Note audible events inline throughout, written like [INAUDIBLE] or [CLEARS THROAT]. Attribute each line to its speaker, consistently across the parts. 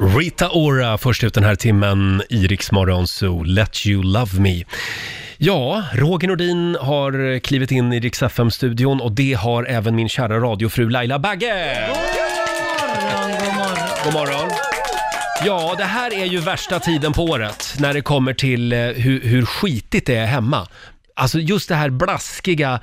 Speaker 1: Rita Ora först ut den här timmen i Rix Morgon Zoo, Let You Love Me. Ja, Roger Nordin har klivit in i Rix FM-studion och det har även min kära radiofru Laila Bagge! God morgon! Ja, det här är ju värsta tiden på året när det kommer till eh, hur, hur skitigt det är hemma. Alltså just det här blaskiga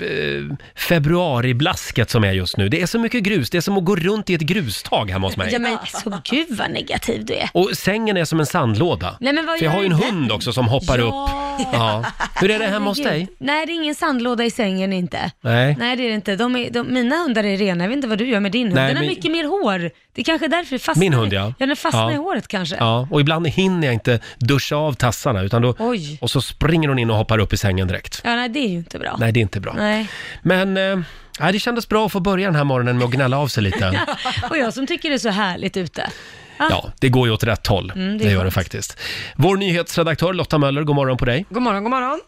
Speaker 1: eh, februariblasket som är just nu. Det är så mycket grus, det är som att gå runt i ett grustag hemma hos mig.
Speaker 2: Ja men så gud vad negativ du är.
Speaker 1: Och sängen är som en sandlåda.
Speaker 2: Nej, men vad
Speaker 1: För jag
Speaker 2: gör
Speaker 1: har ju en
Speaker 2: du?
Speaker 1: hund också som hoppar
Speaker 2: Ja.
Speaker 1: upp. Ja. Hur är det hemma hos dig?
Speaker 2: Herregud. Nej, det är ingen sandlåda i sängen inte.
Speaker 1: Nej.
Speaker 2: [LAUGHS] Nej, det är det inte. De är, de, mina hundar är rena. Jag vet inte vad du gör med din hund.
Speaker 1: Nej,
Speaker 2: den har
Speaker 1: min-
Speaker 2: mycket mer hår. Det är kanske är därför det fastnar.
Speaker 1: Min
Speaker 2: i-
Speaker 1: hund, ja.
Speaker 2: Ja, den fastnar
Speaker 1: Ja.
Speaker 2: i håret kanske.
Speaker 1: Ja, och ibland hinner jag inte duscha av tassarna utan då,
Speaker 2: Oj.
Speaker 1: och så springer hon in och hoppar upp i sängen direkt.
Speaker 2: Ja, nej, det är ju inte bra.
Speaker 1: Nej, det är inte bra.
Speaker 2: Nej.
Speaker 1: Men eh, nej, det kändes bra att få börja den här morgonen med att gnälla av sig lite.
Speaker 2: [LAUGHS] Och jag som tycker det är så härligt ute.
Speaker 1: Ja, det går ju åt rätt håll.
Speaker 2: Mm,
Speaker 1: det,
Speaker 2: det är
Speaker 1: gör det
Speaker 2: skönt.
Speaker 1: faktiskt. Vår nyhetsredaktör Lotta Möller, god morgon på dig.
Speaker 3: God morgon, god morgon.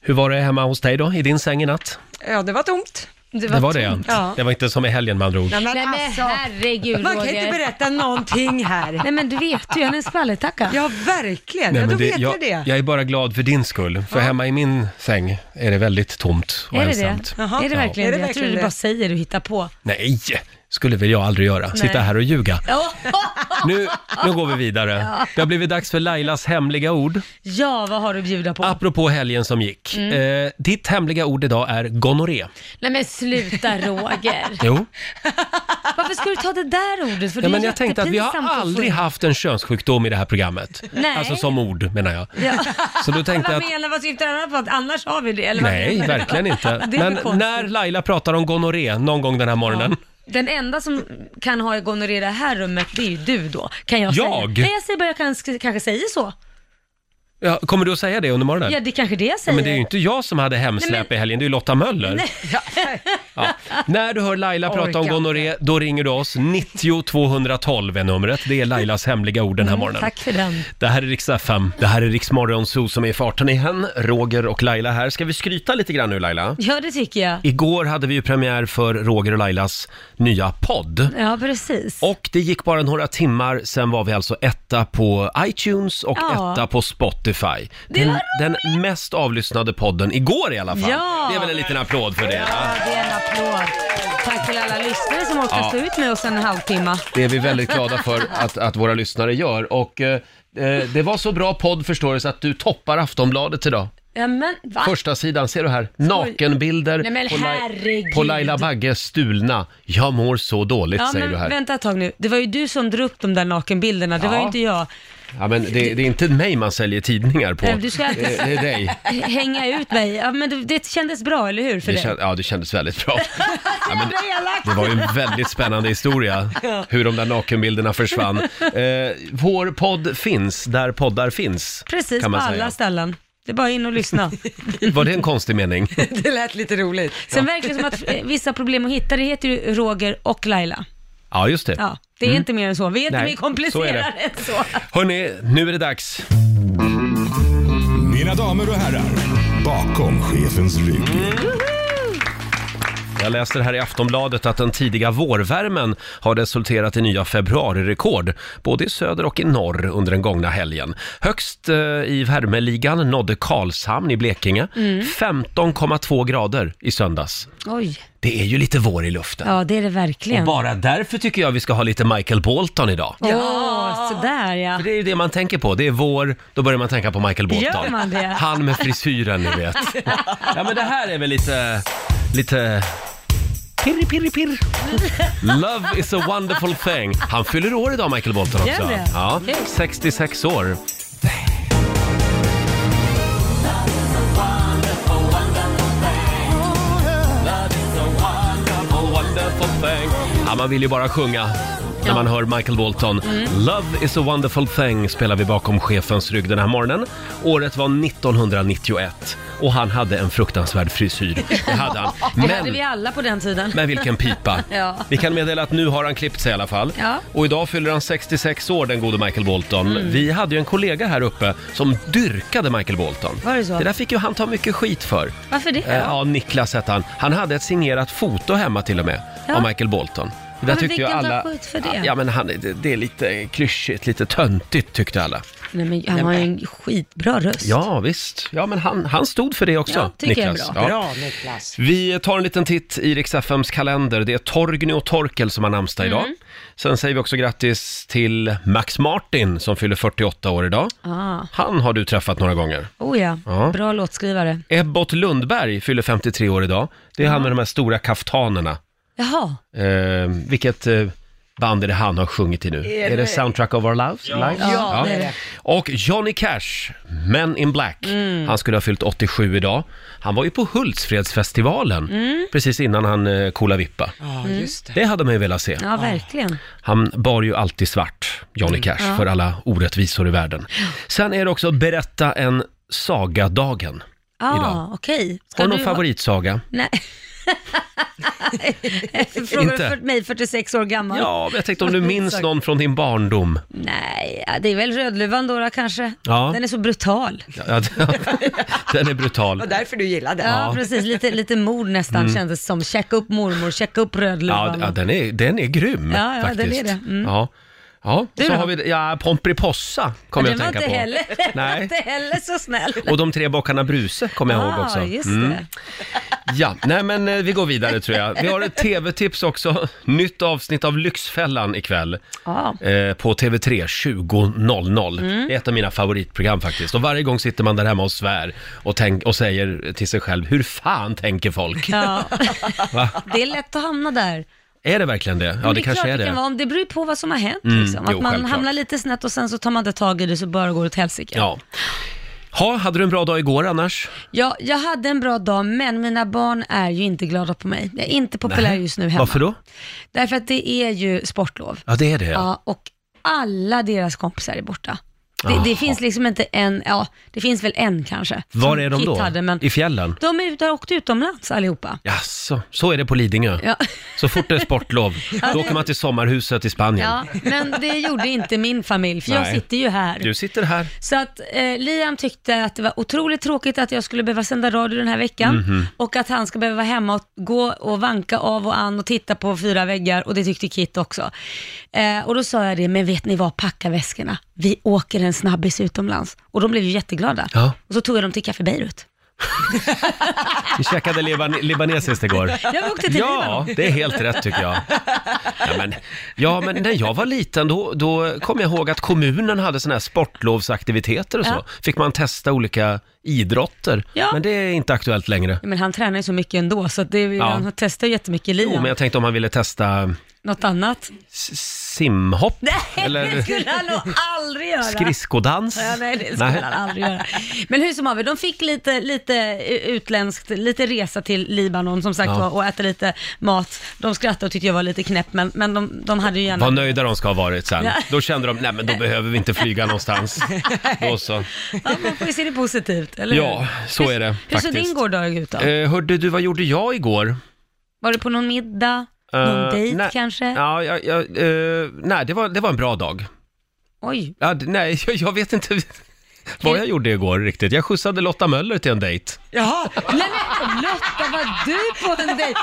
Speaker 1: Hur var det hemma hos dig då, i din säng i natt?
Speaker 3: Ja, det var tomt.
Speaker 1: Det var det,
Speaker 2: tomt.
Speaker 1: ja.
Speaker 3: Ja.
Speaker 1: Det var inte som i helgen med andra ord.
Speaker 3: Nej, men
Speaker 2: Nej men
Speaker 3: alltså,
Speaker 2: herregud
Speaker 3: man kan ju inte
Speaker 2: Roger.
Speaker 3: berätta någonting här.
Speaker 2: Nej men du vet ju, jag är en skvallertacka.
Speaker 3: Ja, verkligen.
Speaker 1: Nej,
Speaker 3: ja,
Speaker 1: men
Speaker 3: då
Speaker 1: det,
Speaker 3: vet
Speaker 1: jag,
Speaker 3: jag det.
Speaker 1: jag är bara glad för din skull, för hemma i min säng är det väldigt tomt och
Speaker 2: Är det
Speaker 1: ensamt.
Speaker 2: det?
Speaker 3: Jaha.
Speaker 2: Är det
Speaker 3: Ja.
Speaker 2: verkligen
Speaker 3: Är det
Speaker 2: det? Jag tror
Speaker 3: verkligen
Speaker 2: du bara
Speaker 3: det?
Speaker 2: säger och hittar på.
Speaker 1: Nej, skulle väl jag aldrig göra. Sitta här och ljuga.
Speaker 2: Ja, [LAUGHS]
Speaker 1: Nu, nu går vi vidare. Det har blivit dags för Lailas hemliga ord.
Speaker 2: Ja, vad har du att bjuda på?
Speaker 1: Apropå helgen som gick.
Speaker 2: Mm.
Speaker 1: Eh, ditt hemliga ord idag är gonorré.
Speaker 2: Nej men sluta Roger.
Speaker 1: Jo.
Speaker 2: Varför ska du ta det där ordet?
Speaker 1: Ja,
Speaker 2: För det är
Speaker 1: men jag tänkte att vi har
Speaker 2: jättepinsamt att få
Speaker 1: aldrig
Speaker 2: in.
Speaker 1: haft en könssjukdom i det här programmet.
Speaker 2: Nej.
Speaker 1: Alltså som ord menar jag.
Speaker 2: Ja.
Speaker 1: Så då tänkte jag
Speaker 2: Vad
Speaker 1: att
Speaker 2: menar vad syftar han på? Att annars har vi det? Eller vad
Speaker 1: Nej,
Speaker 2: menar du?
Speaker 1: verkligen inte.
Speaker 2: [LAUGHS] Det är
Speaker 1: Men
Speaker 2: väl konstigt.
Speaker 1: när Laila pratar om gonorré någon gång den här morgonen.
Speaker 2: Den enda som kan ha gonorré i det här rummet, det är ju du då. Kan jag, säga?
Speaker 1: Jag?
Speaker 2: Nej, jag säger bara, jag kan, kanske säger så.
Speaker 1: Ja, kommer du att säga det under morgonen?
Speaker 2: Ja, det är kanske det jag
Speaker 1: Ja,
Speaker 2: säger.
Speaker 1: men det är ju inte jag som hade hemsläp
Speaker 2: Nej, men-
Speaker 1: i helgen, det är ju Lotta Möller. Ja. När du hör Laila prata om
Speaker 3: Orkar
Speaker 1: gonorré, då ringer du oss. 90 212 är numret. Det är Lailas hemliga ord den här morgonen.
Speaker 2: Mm, Tack för den.
Speaker 1: Det här är Rix FM. Det här är Rix Morgon Zoo som är i farten igen. Roger och Laila här. Ska vi skryta lite grann nu Laila?
Speaker 2: Ja, det tycker jag.
Speaker 1: Igår hade vi ju premiär för Roger och Lailas nya podd.
Speaker 2: Ja, precis.
Speaker 1: Och det gick bara några timmar, sen var vi alltså etta på iTunes och
Speaker 2: Ja.
Speaker 1: etta på Spotify. Den, den mest avlyssnade podden igår i alla fall.
Speaker 2: Ja.
Speaker 1: Det är väl en liten applåd för det. va?
Speaker 2: Ja, det är en applåd. Tack till alla lyssnare som orkar
Speaker 1: Ja.
Speaker 2: stå ut med oss en halvtimme.
Speaker 1: Det är vi väldigt glada för att, att våra lyssnare gör. Och eh, eh, det var så bra podd förstår du, så att du toppar Aftonbladet idag.
Speaker 2: Ja, men va?
Speaker 1: Första sidan, ser du här? Nakenbilder
Speaker 2: Nej, men
Speaker 1: på, Lai-
Speaker 2: herregud.
Speaker 1: på Laila Bagge stulna. Jag mår så dåligt,
Speaker 2: Ja,
Speaker 1: säger du
Speaker 2: men
Speaker 1: här.
Speaker 2: vänta ett tag nu. Det var ju du som drog upp de där nakenbilderna, det var
Speaker 1: Ja.
Speaker 2: ju inte jag.
Speaker 1: Ja, men det, det är inte mig man säljer tidningar på.
Speaker 2: Nej, du ska-
Speaker 1: Eh, det är dig.
Speaker 2: Hänga ut mig. Ja, men det, det kändes bra, eller hur? För
Speaker 1: Det
Speaker 2: dig?
Speaker 1: känd, ja, det kändes väldigt bra. Ja, men det var ju en väldigt spännande historia, hur de där nakenbilderna försvann. Eh, vår podd finns där poddar finns,
Speaker 2: Precis, på
Speaker 1: kan man
Speaker 2: alla
Speaker 1: säga.
Speaker 2: ställen. Det är bara in
Speaker 1: [LAUGHS]
Speaker 2: och lyssna.
Speaker 1: Var det en konstig
Speaker 2: [LAUGHS]
Speaker 1: mening?
Speaker 3: [LAUGHS] Det lät lite roligt.
Speaker 2: Sen verkar det som att eh, vissa problem att hitta, det heter ju Roger och Laila.
Speaker 1: Ja, just det.
Speaker 2: Ja, det är inte mer än så. Vi är inte
Speaker 1: Mm. Nej,
Speaker 2: mer
Speaker 1: så är
Speaker 2: komplicerade än så.
Speaker 1: Hörni, nu är det dags.
Speaker 4: Mina damer och herrar, bakom chefens rygg.
Speaker 1: Jag läser här i Aftonbladet att den tidiga vårvärmen har resulterat i nya februarirekord, både i söder och i norr under den gångna helgen. Högst eh, i värmeligan nådde Karlshamn i Blekinge,
Speaker 2: Mm.
Speaker 1: 15,2 grader i söndags.
Speaker 2: Oj,
Speaker 1: Det är ju lite vår i luften.
Speaker 2: ja det är det verkligen. Åh,
Speaker 1: Bara därför tycker jag vi ska ha lite Michael Bolton idag.
Speaker 2: sådär ja.
Speaker 1: För det är ju det man tänker på. Det är vår, då börjar man tänka på Michael Bolton.
Speaker 2: Gör man det?
Speaker 1: Han med frisyren, ni
Speaker 2: [LAUGHS]
Speaker 1: vet. Ja, men det här är väl lite... lite... Pirri, pirri, pirr. Love is a wonderful thing. Han fyller år idag, Michael Bolton
Speaker 2: Gör
Speaker 1: också.
Speaker 2: det?
Speaker 1: Ja,
Speaker 2: Kul.
Speaker 1: 66 år. Ja, man vill ju bara sjunga när man hör Michael Bolton.
Speaker 2: Mm.
Speaker 1: Love is a wonderful thing spelar vi bakom chefens rygg den här morgonen. Året var 1991 och han hade en fruktansvärd
Speaker 2: [LAUGHS]
Speaker 1: frisyr. Det hade han.
Speaker 2: Det hade vi
Speaker 1: Men,
Speaker 2: alla på den tiden.
Speaker 1: men vilken pipa.
Speaker 2: [LAUGHS] Ja.
Speaker 1: Vi kan meddela att nu har han klippt sig i alla fall.
Speaker 2: Ja. Mm.
Speaker 1: Och idag fyller han 66 år, den gode Michael Bolton. Vi hade ju en kollega här uppe som dyrkade Michael Bolton.
Speaker 2: Var det så?
Speaker 1: det där fick ju han ta mycket skit för.
Speaker 2: Varför det?
Speaker 1: Eh, Ja, Niklas hette han. Han hade ett signerat foto hemma till och med
Speaker 2: Ja.
Speaker 1: av Michael Bolton. Det där
Speaker 2: men
Speaker 1: tyckte ju
Speaker 2: vilken
Speaker 1: alla...
Speaker 2: black boy för det?
Speaker 1: Ja, men han, det, det är lite klyschigt, lite töntigt tyckte alla.
Speaker 2: Nej, men han har ju en skitbra röst.
Speaker 1: Ja, visst. Ja, men han, han stod för det också,
Speaker 2: Ja, tycker jag är
Speaker 1: Niklas.
Speaker 2: bra.
Speaker 3: Bra Niklas.
Speaker 1: Vi tar en liten titt i Rix FMs kalender. Det är Torgny och Torkel som har namnsdag idag.
Speaker 2: Mm.
Speaker 1: Sen säger vi också grattis till Max Martin som fyller 48 år idag.
Speaker 2: Ah.
Speaker 1: Han har du träffat några gånger.
Speaker 2: Oh ja,
Speaker 1: Ja.
Speaker 2: bra låtskrivare.
Speaker 1: Ebbot Lundberg fyller 53 år idag. Det är han med de här stora kaftanerna.
Speaker 2: Jaha,
Speaker 1: Eh, vilket eh, band är det han har sjungit i nu? Är, det Soundtrack of Our Lives? Ja,
Speaker 2: Ja, det är det.
Speaker 1: Och Johnny Cash, Men in Black. Han skulle ha fyllt 87 idag. Han var ju på Hultsfredsfestivalen precis innan han eh, coola vippa.
Speaker 3: Ja, just det.
Speaker 1: Det hade man ju velat se.
Speaker 2: ja verkligen.
Speaker 1: Han bar ju alltid svart, Johnny Cash, för alla orättvisor i världen. Sen är det också Berätta en saga-dagen.
Speaker 2: Ja,
Speaker 1: Idag.
Speaker 2: okej. Ska
Speaker 1: Har du någon
Speaker 2: ha-
Speaker 1: favoritsaga?
Speaker 2: Nej. [LAUGHS] Frågar
Speaker 1: Inte?
Speaker 2: du för mig, 46 år gammal?
Speaker 1: Ja, men jag tänkte om du minns någon från din barndom.
Speaker 2: Nej, ja, det är väl Rödluvan då, då kanske.
Speaker 1: Ja.
Speaker 2: Den är så brutal.
Speaker 1: Ja, Den är brutal.
Speaker 3: Det var därför du gillade den.
Speaker 2: Ja, precis. Lite, lite mord nästan kändes som. Checka upp mormor, checka upp
Speaker 1: Mm. Ja,
Speaker 2: Rödluvan.
Speaker 1: d- ja den, är, den är grym
Speaker 2: Ja, ja, den
Speaker 1: faktiskt.
Speaker 2: är det. Mm.
Speaker 1: Ja. Ja,
Speaker 2: Du
Speaker 1: så
Speaker 2: då?
Speaker 1: har vi ja, Pomperipossa
Speaker 2: Men
Speaker 1: kommer jag
Speaker 2: den var
Speaker 1: att tänka
Speaker 2: inte
Speaker 1: på.
Speaker 2: heller, [LAUGHS]
Speaker 1: Nej.
Speaker 2: inte heller så snäll.
Speaker 1: Och de tre bockarna Bruse kommer jag ihåg
Speaker 2: Ah,
Speaker 1: också.
Speaker 2: just
Speaker 1: Mm.
Speaker 2: det.
Speaker 1: Ja, nej men eh, vi går vidare tror jag. Vi har ett tv-tips också. Nytt avsnitt av Lyxfällan ikväll
Speaker 2: Ja.
Speaker 1: eh, på TV3 20.00.
Speaker 2: Mm.
Speaker 1: Det är ett av mina favoritprogram faktiskt. Och varje gång sitter man där hemma och svär och, tänk, och säger till sig själv, hur fan tänker folk?
Speaker 2: Ja.
Speaker 1: [LAUGHS] Va?
Speaker 2: Det är lätt att hamna där.
Speaker 1: Är det verkligen det? Ja,
Speaker 2: Men
Speaker 1: det, kanske
Speaker 2: klart
Speaker 1: är det.
Speaker 2: det.
Speaker 1: Mm.
Speaker 2: Kan vara, om det beror ju på vad som har hänt. liksom. Att
Speaker 1: jo,
Speaker 2: man
Speaker 1: självklart.
Speaker 2: hamnar lite snett och sen så tar man inte tag i det så bara går det åt helsike.
Speaker 1: Ja. Ha, hade du en bra dag igår annars?
Speaker 2: Ja, jag hade en bra dag, men mina barn är ju inte glada på mig. Jag är inte populär just nu hemma.
Speaker 1: Varför då?
Speaker 2: Därför att det är ju sportlov.
Speaker 1: Ja, det är det.
Speaker 2: Ja. och alla deras kompisar är borta. Det,
Speaker 1: Jaha.
Speaker 2: det finns liksom inte en, ja, det finns väl en kanske.
Speaker 1: Var
Speaker 2: som
Speaker 1: är de
Speaker 2: Kit
Speaker 1: då?
Speaker 2: Hade, men
Speaker 1: I fjällen?
Speaker 2: de är ute och åkt utomlands allihopa.
Speaker 1: Jaså, så är det på Lidingö?
Speaker 2: Ja.
Speaker 1: Så fort det är
Speaker 2: [LAUGHS]
Speaker 1: sportlov, då åker man till sommarhuset i Spanien.
Speaker 2: Ja, [LAUGHS] men det gjorde inte min familj, för jag
Speaker 1: Nej.
Speaker 2: sitter ju här.
Speaker 1: Du sitter här.
Speaker 2: Så att eh, Liam tyckte att det var otroligt tråkigt att jag skulle behöva sända radio den här veckan
Speaker 1: Mhm.
Speaker 2: och att han ska behöva vara hemma och gå och vanka av och an och titta på fyra väggar och det tyckte Kit också. Eh, och då sa jag det, men vet ni vad, packa väskorna. Vi åker en snabbis utomlands. Och de blev ju jätteglada.
Speaker 1: Ja.
Speaker 2: Och så tog jag dem till Café Beirut.
Speaker 1: Vi käkade liban libanesiskt
Speaker 2: [LAUGHS]
Speaker 1: igår.
Speaker 2: Jag åkte till
Speaker 1: [LAUGHS] Ja,
Speaker 2: Libanon.
Speaker 1: det är helt rätt tycker jag. Ja men, ja, men när jag var liten då, då kom jag ihåg att kommunen hade såna här sportlovsaktiviteter och så.
Speaker 2: Ja.
Speaker 1: Fick man testa olika idrotter.
Speaker 2: Ja.
Speaker 1: Men det är inte aktuellt längre.
Speaker 2: Ja, Men han tränar ju så mycket ändå, så att det, han testar ju jättemycket Liam.
Speaker 1: Jo, men jag tänkte om man ville testa
Speaker 2: Något annat? [LAUGHS]
Speaker 1: s- simhopp
Speaker 2: Nej, det
Speaker 1: eller
Speaker 2: skulle han nog aldrig göra.
Speaker 1: skridskodans.
Speaker 2: Ja, nej, det skulle han aldrig göra. Men hur som haver, de fick lite, lite utländskt, lite resa till Libanon som sagt
Speaker 1: Ja.
Speaker 2: var och äta lite mat. De skrattade och tyckte jag var lite knäpp, men, men de, de hade ju gärna...
Speaker 1: Vad nöjda de ska ha varit sen.
Speaker 2: Ja.
Speaker 1: Då kände de, nej men då behöver vi inte flyga
Speaker 2: [LAUGHS]
Speaker 1: någonstans. Då så.
Speaker 2: Ja, man får ju se det positivt, eller
Speaker 1: Ja, så är det
Speaker 2: Hur såg
Speaker 1: faktiskt.
Speaker 2: din gårdag ut då?
Speaker 1: Eh, hörde du, vad gjorde jag igår?
Speaker 2: Var du på någon middag?
Speaker 1: Eh,
Speaker 2: någon dejt
Speaker 1: nej,
Speaker 2: kanske?
Speaker 1: Ja, jag, jag, eh, nej, det var, det var en bra dag.
Speaker 2: Oj,
Speaker 1: Ja, d- nej, [LAUGHS] jag, jag vet inte vad jag gjorde igår riktigt. Jag skjutsade Lotta Möller till en dejt.
Speaker 3: Jaha,
Speaker 2: Nej men Lotta, var du på en dejt?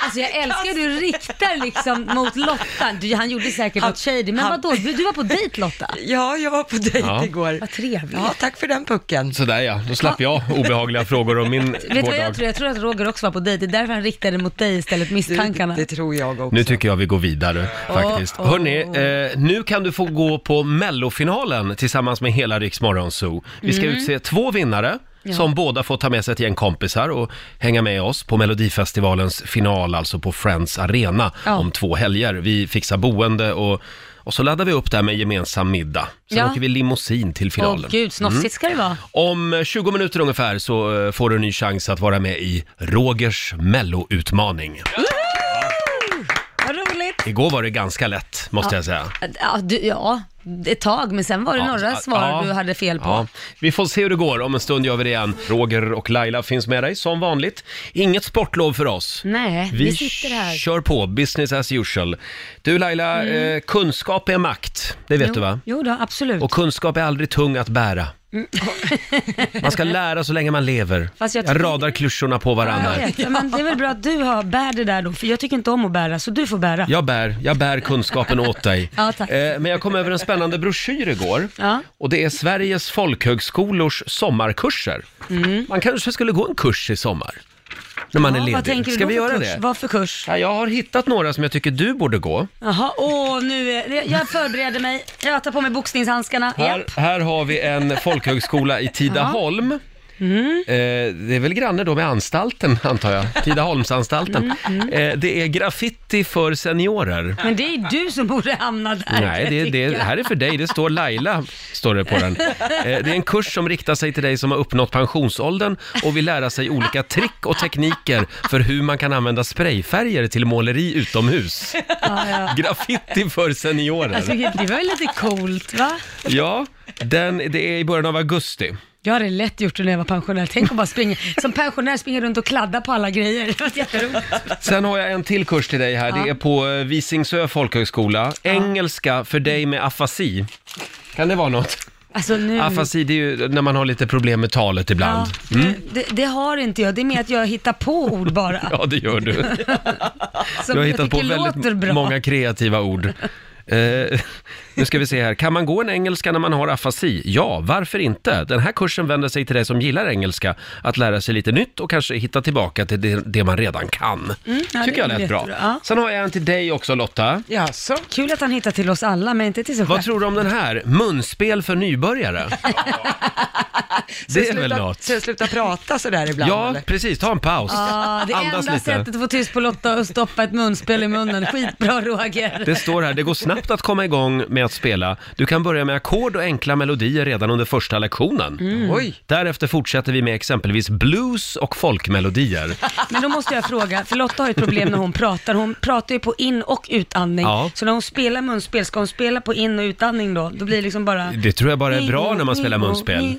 Speaker 2: Alltså jag älskar hur du riktar liksom mot Lotta. Du, han gjorde säkert något shady, men vadå? Du var på dejt Lotta?
Speaker 3: ja, jag var på dejt
Speaker 1: Ja.
Speaker 3: igår.
Speaker 2: Vad trevligt.
Speaker 3: Ja, tack för den pucken.
Speaker 1: Sådär ja, då slapp jag obehagliga frågor om min
Speaker 2: Vet du vad
Speaker 1: vårdag.
Speaker 2: jag tror? Jag tror att Roger också var på dejt. Det är därför han riktade mot dig istället, misstankarna.
Speaker 3: Det tror jag också.
Speaker 1: Nu tycker jag vi går vidare faktiskt.
Speaker 2: åh.
Speaker 1: Hörni, eh, nu kan du få gå på mellofinalen tillsammans med hela Rix Morgon Zoo. Vi
Speaker 2: Mm.
Speaker 1: ska utse två vinnare som båda får ta med sig ett gäng kompisar och hänga med oss på Melodifestivalens final, alltså på Friends Arena
Speaker 2: Ja.
Speaker 1: om två helger. Vi fixar boende och, och så laddar vi upp det här med gemensam middag. Sen
Speaker 2: Ja.
Speaker 1: åker vi limousin till
Speaker 2: Åh
Speaker 1: finalen.
Speaker 2: gud,
Speaker 1: Mm.
Speaker 2: snofsigt ska det vara.
Speaker 1: Om eh, 20 minuter ungefär så eh, får du en ny chans att vara med i Rogers melloutmaning.
Speaker 2: Vad roligt.
Speaker 1: Igår var det ganska lätt, måste jag säga.
Speaker 2: Ja, du, ja, ett tag, men sen var det några svar
Speaker 1: ja.
Speaker 2: du hade fel på.
Speaker 1: Ja. Vi får se hur det går, om en stund gör vi det igen. Roger och Laila finns med dig som vanligt. Inget sportlov för oss.
Speaker 2: Nej, Mm. vi, sitter här.
Speaker 1: kör på, business as usual. Du Laila, eh, kunskap är makt, det vet du va?
Speaker 2: Mm. Jo, jo då, absolut.
Speaker 1: Och kunskap är aldrig tung att bära. [LAUGHS] Man ska lära så länge man lever.
Speaker 2: Mm. Fast jag
Speaker 1: jag
Speaker 2: tycker-
Speaker 1: radar klyschorna på varandra.
Speaker 2: Jag vet, men det är väl bra att du har, bär det där då, för jag tycker inte om att bära, så du får bära.
Speaker 1: Jag bär, jag bär kunskapen åt dig.
Speaker 2: [LAUGHS] Ja, tack.
Speaker 1: Eh, men jag kom över en spännande broschyr igår.
Speaker 2: Ja.
Speaker 1: Och det är Sveriges folkhögskolors sommarkurser. Man kanske skulle gå en kurs i sommar. När man är
Speaker 2: Mm. Ja, vad tänker
Speaker 1: ledig.
Speaker 2: du
Speaker 1: Ska
Speaker 2: då
Speaker 1: vi
Speaker 2: för
Speaker 1: göra
Speaker 2: kurs?
Speaker 1: det?
Speaker 2: Vad för kurs?
Speaker 1: Ja, jag har hittat några som jag tycker du borde gå.
Speaker 2: Jaha, åh nu, är- jag förbereder mig. Jag tar på mig boxningshandskarna.
Speaker 1: Här,
Speaker 2: Japp.
Speaker 1: här har vi en folkhögskola i Tidaholm.
Speaker 2: Mm.
Speaker 1: Eh, det är väl granne då med anstalten, antar
Speaker 2: [LAUGHS]
Speaker 1: jag. Tidaholmsanstalten.
Speaker 2: Mm,
Speaker 1: Eh, det är graffiti för seniorer.
Speaker 2: Men det är du som borde hamna där.
Speaker 1: Nej,
Speaker 2: kan
Speaker 1: det,
Speaker 2: jag
Speaker 1: det
Speaker 2: tycka.
Speaker 1: här är för dig. Det står Laila, står det på den.
Speaker 2: [LAUGHS]
Speaker 1: Eh, Det är en kurs som riktar sig till dig som har uppnått pensionsåldern och vill lära sig olika trick och tekniker för hur man kan använda sprayfärger till måleri utomhus.
Speaker 2: Ja, ja.
Speaker 1: Graffiti för
Speaker 2: Alltså,
Speaker 1: seniorer.
Speaker 2: det var ju lite coolt va?
Speaker 1: Ja, den, det är i början av augusti.
Speaker 2: Jag hade lätt gjort det när jag var pensionär. Tänk att bara springa, som pensionär springa runt och kladda på alla grejer. Det var jätteroligt.
Speaker 1: Sen har jag en till kurs till dig här. Det är på eh, Visingsö folkhögskola. Engelska för dig med afasi. Kan det vara något?
Speaker 2: Alltså nu...
Speaker 1: Afasi, det är ju när man har lite problem med talet
Speaker 2: Ja,
Speaker 1: ibland.
Speaker 2: det, det har inte jag. Det är mer att jag hittar på
Speaker 1: [LAUGHS]
Speaker 2: ord bara.
Speaker 1: Ja, det gör
Speaker 2: [LAUGHS]
Speaker 1: du.
Speaker 2: som
Speaker 1: Du har
Speaker 2: jag
Speaker 1: hittat på
Speaker 2: tycker låter
Speaker 1: väldigt
Speaker 2: bra.
Speaker 1: många kreativa ord. Eh, [LAUGHS] nu ska vi se här. Kan man gå en engelska när man har afasi? Ja, varför inte? Den här kursen vänder sig till dig som gillar engelska. Att lära sig lite nytt och kanske hitta tillbaka till det, det man redan kan.
Speaker 2: Mm, ja,
Speaker 1: Tycker
Speaker 2: det
Speaker 1: jag
Speaker 2: är
Speaker 1: lät bra.
Speaker 2: jättebra, ja.
Speaker 1: Sen har jag en till dig också Lotta.
Speaker 3: Jaså?
Speaker 2: Kul att han hittar till oss alla, men inte till sig själv.
Speaker 1: Vad tror du om den här? Munspel för nybörjare.
Speaker 3: [LAUGHS]
Speaker 1: Det är väl något?
Speaker 3: Ska jag sluta prata sådär ibland?
Speaker 1: Ja,
Speaker 3: eller?
Speaker 1: precis. Ta en paus.
Speaker 2: Ja, det
Speaker 1: Andas
Speaker 2: enda
Speaker 1: lite.
Speaker 2: sättet att få tyst på Lotta är att stoppa ett munspel i munnen. Skitbra Roger.
Speaker 1: Det står här, det går snabbt att komma igång med att spela. Du kan börja med ackord och enkla melodier redan under första lektionen.
Speaker 3: Mm. Oj.
Speaker 1: Därefter fortsätter vi med exempelvis blues och folkmelodier.
Speaker 2: Men då måste jag fråga, för Lotta har ju ett problem när hon pratar. Hon pratar ju på in och utandning.
Speaker 1: Ja.
Speaker 2: Så när hon spelar munspel, ska hon spela på in och utandning då? Då blir det liksom bara...
Speaker 1: Det tror jag bara är bra när man spelar munspel.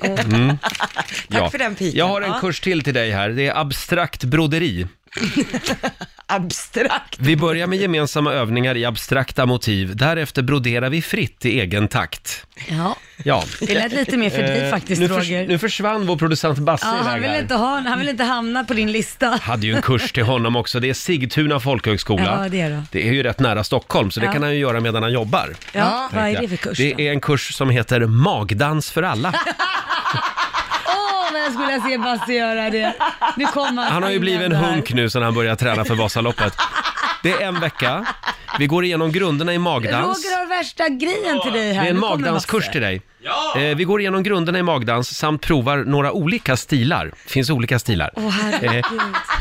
Speaker 3: Tack för den piken.
Speaker 1: Jag har en
Speaker 3: Ja.
Speaker 1: kurs till till dig här. Det är abstrakt broderi.
Speaker 3: Abstrakt.
Speaker 1: Vi börjar med gemensamma övningar i abstrakta motiv. Därefter broderar vi fritt i egen takt.
Speaker 2: Ja,
Speaker 1: Ja.
Speaker 2: [LAUGHS] det lät lite mer för dig
Speaker 1: Eh,
Speaker 2: faktiskt
Speaker 1: nu, förs-
Speaker 2: Roger.
Speaker 1: nu försvann vår producent Basse
Speaker 2: Ja, han,
Speaker 1: iväg
Speaker 2: vill
Speaker 1: här.
Speaker 2: inte ha, han vill inte hamna på din lista.
Speaker 1: hade ju en kurs till honom också. Det är Sigtuna folkhögskola.
Speaker 2: Ja, det är det.
Speaker 1: ju rätt nära Stockholm, så det
Speaker 2: Ja.
Speaker 1: kan han ju göra medan han jobbar.
Speaker 2: Ja, vad är
Speaker 1: tänkte
Speaker 2: det för
Speaker 1: jag.
Speaker 2: kurs då?
Speaker 1: Det är en kurs som heter Magdans för alla.
Speaker 2: Åh, men jag skulle se Basse göra det. Nu kommer
Speaker 1: Han
Speaker 2: [LAUGHS]
Speaker 1: har ju blivit en
Speaker 2: där.
Speaker 1: hunk nu sedan han började träna för Vasaloppet. Det är en vecka. Vi går igenom grunderna i magdans.
Speaker 2: Roger har värsta grejen till dig här.
Speaker 1: Det är en
Speaker 2: Nu kommer
Speaker 1: magdanskurs
Speaker 2: Basse.
Speaker 1: till dig. Eh, vi går igenom grunderna i magdans samt provar några olika stilar. finns olika stilar. Eh,
Speaker 2: Åh, herregud.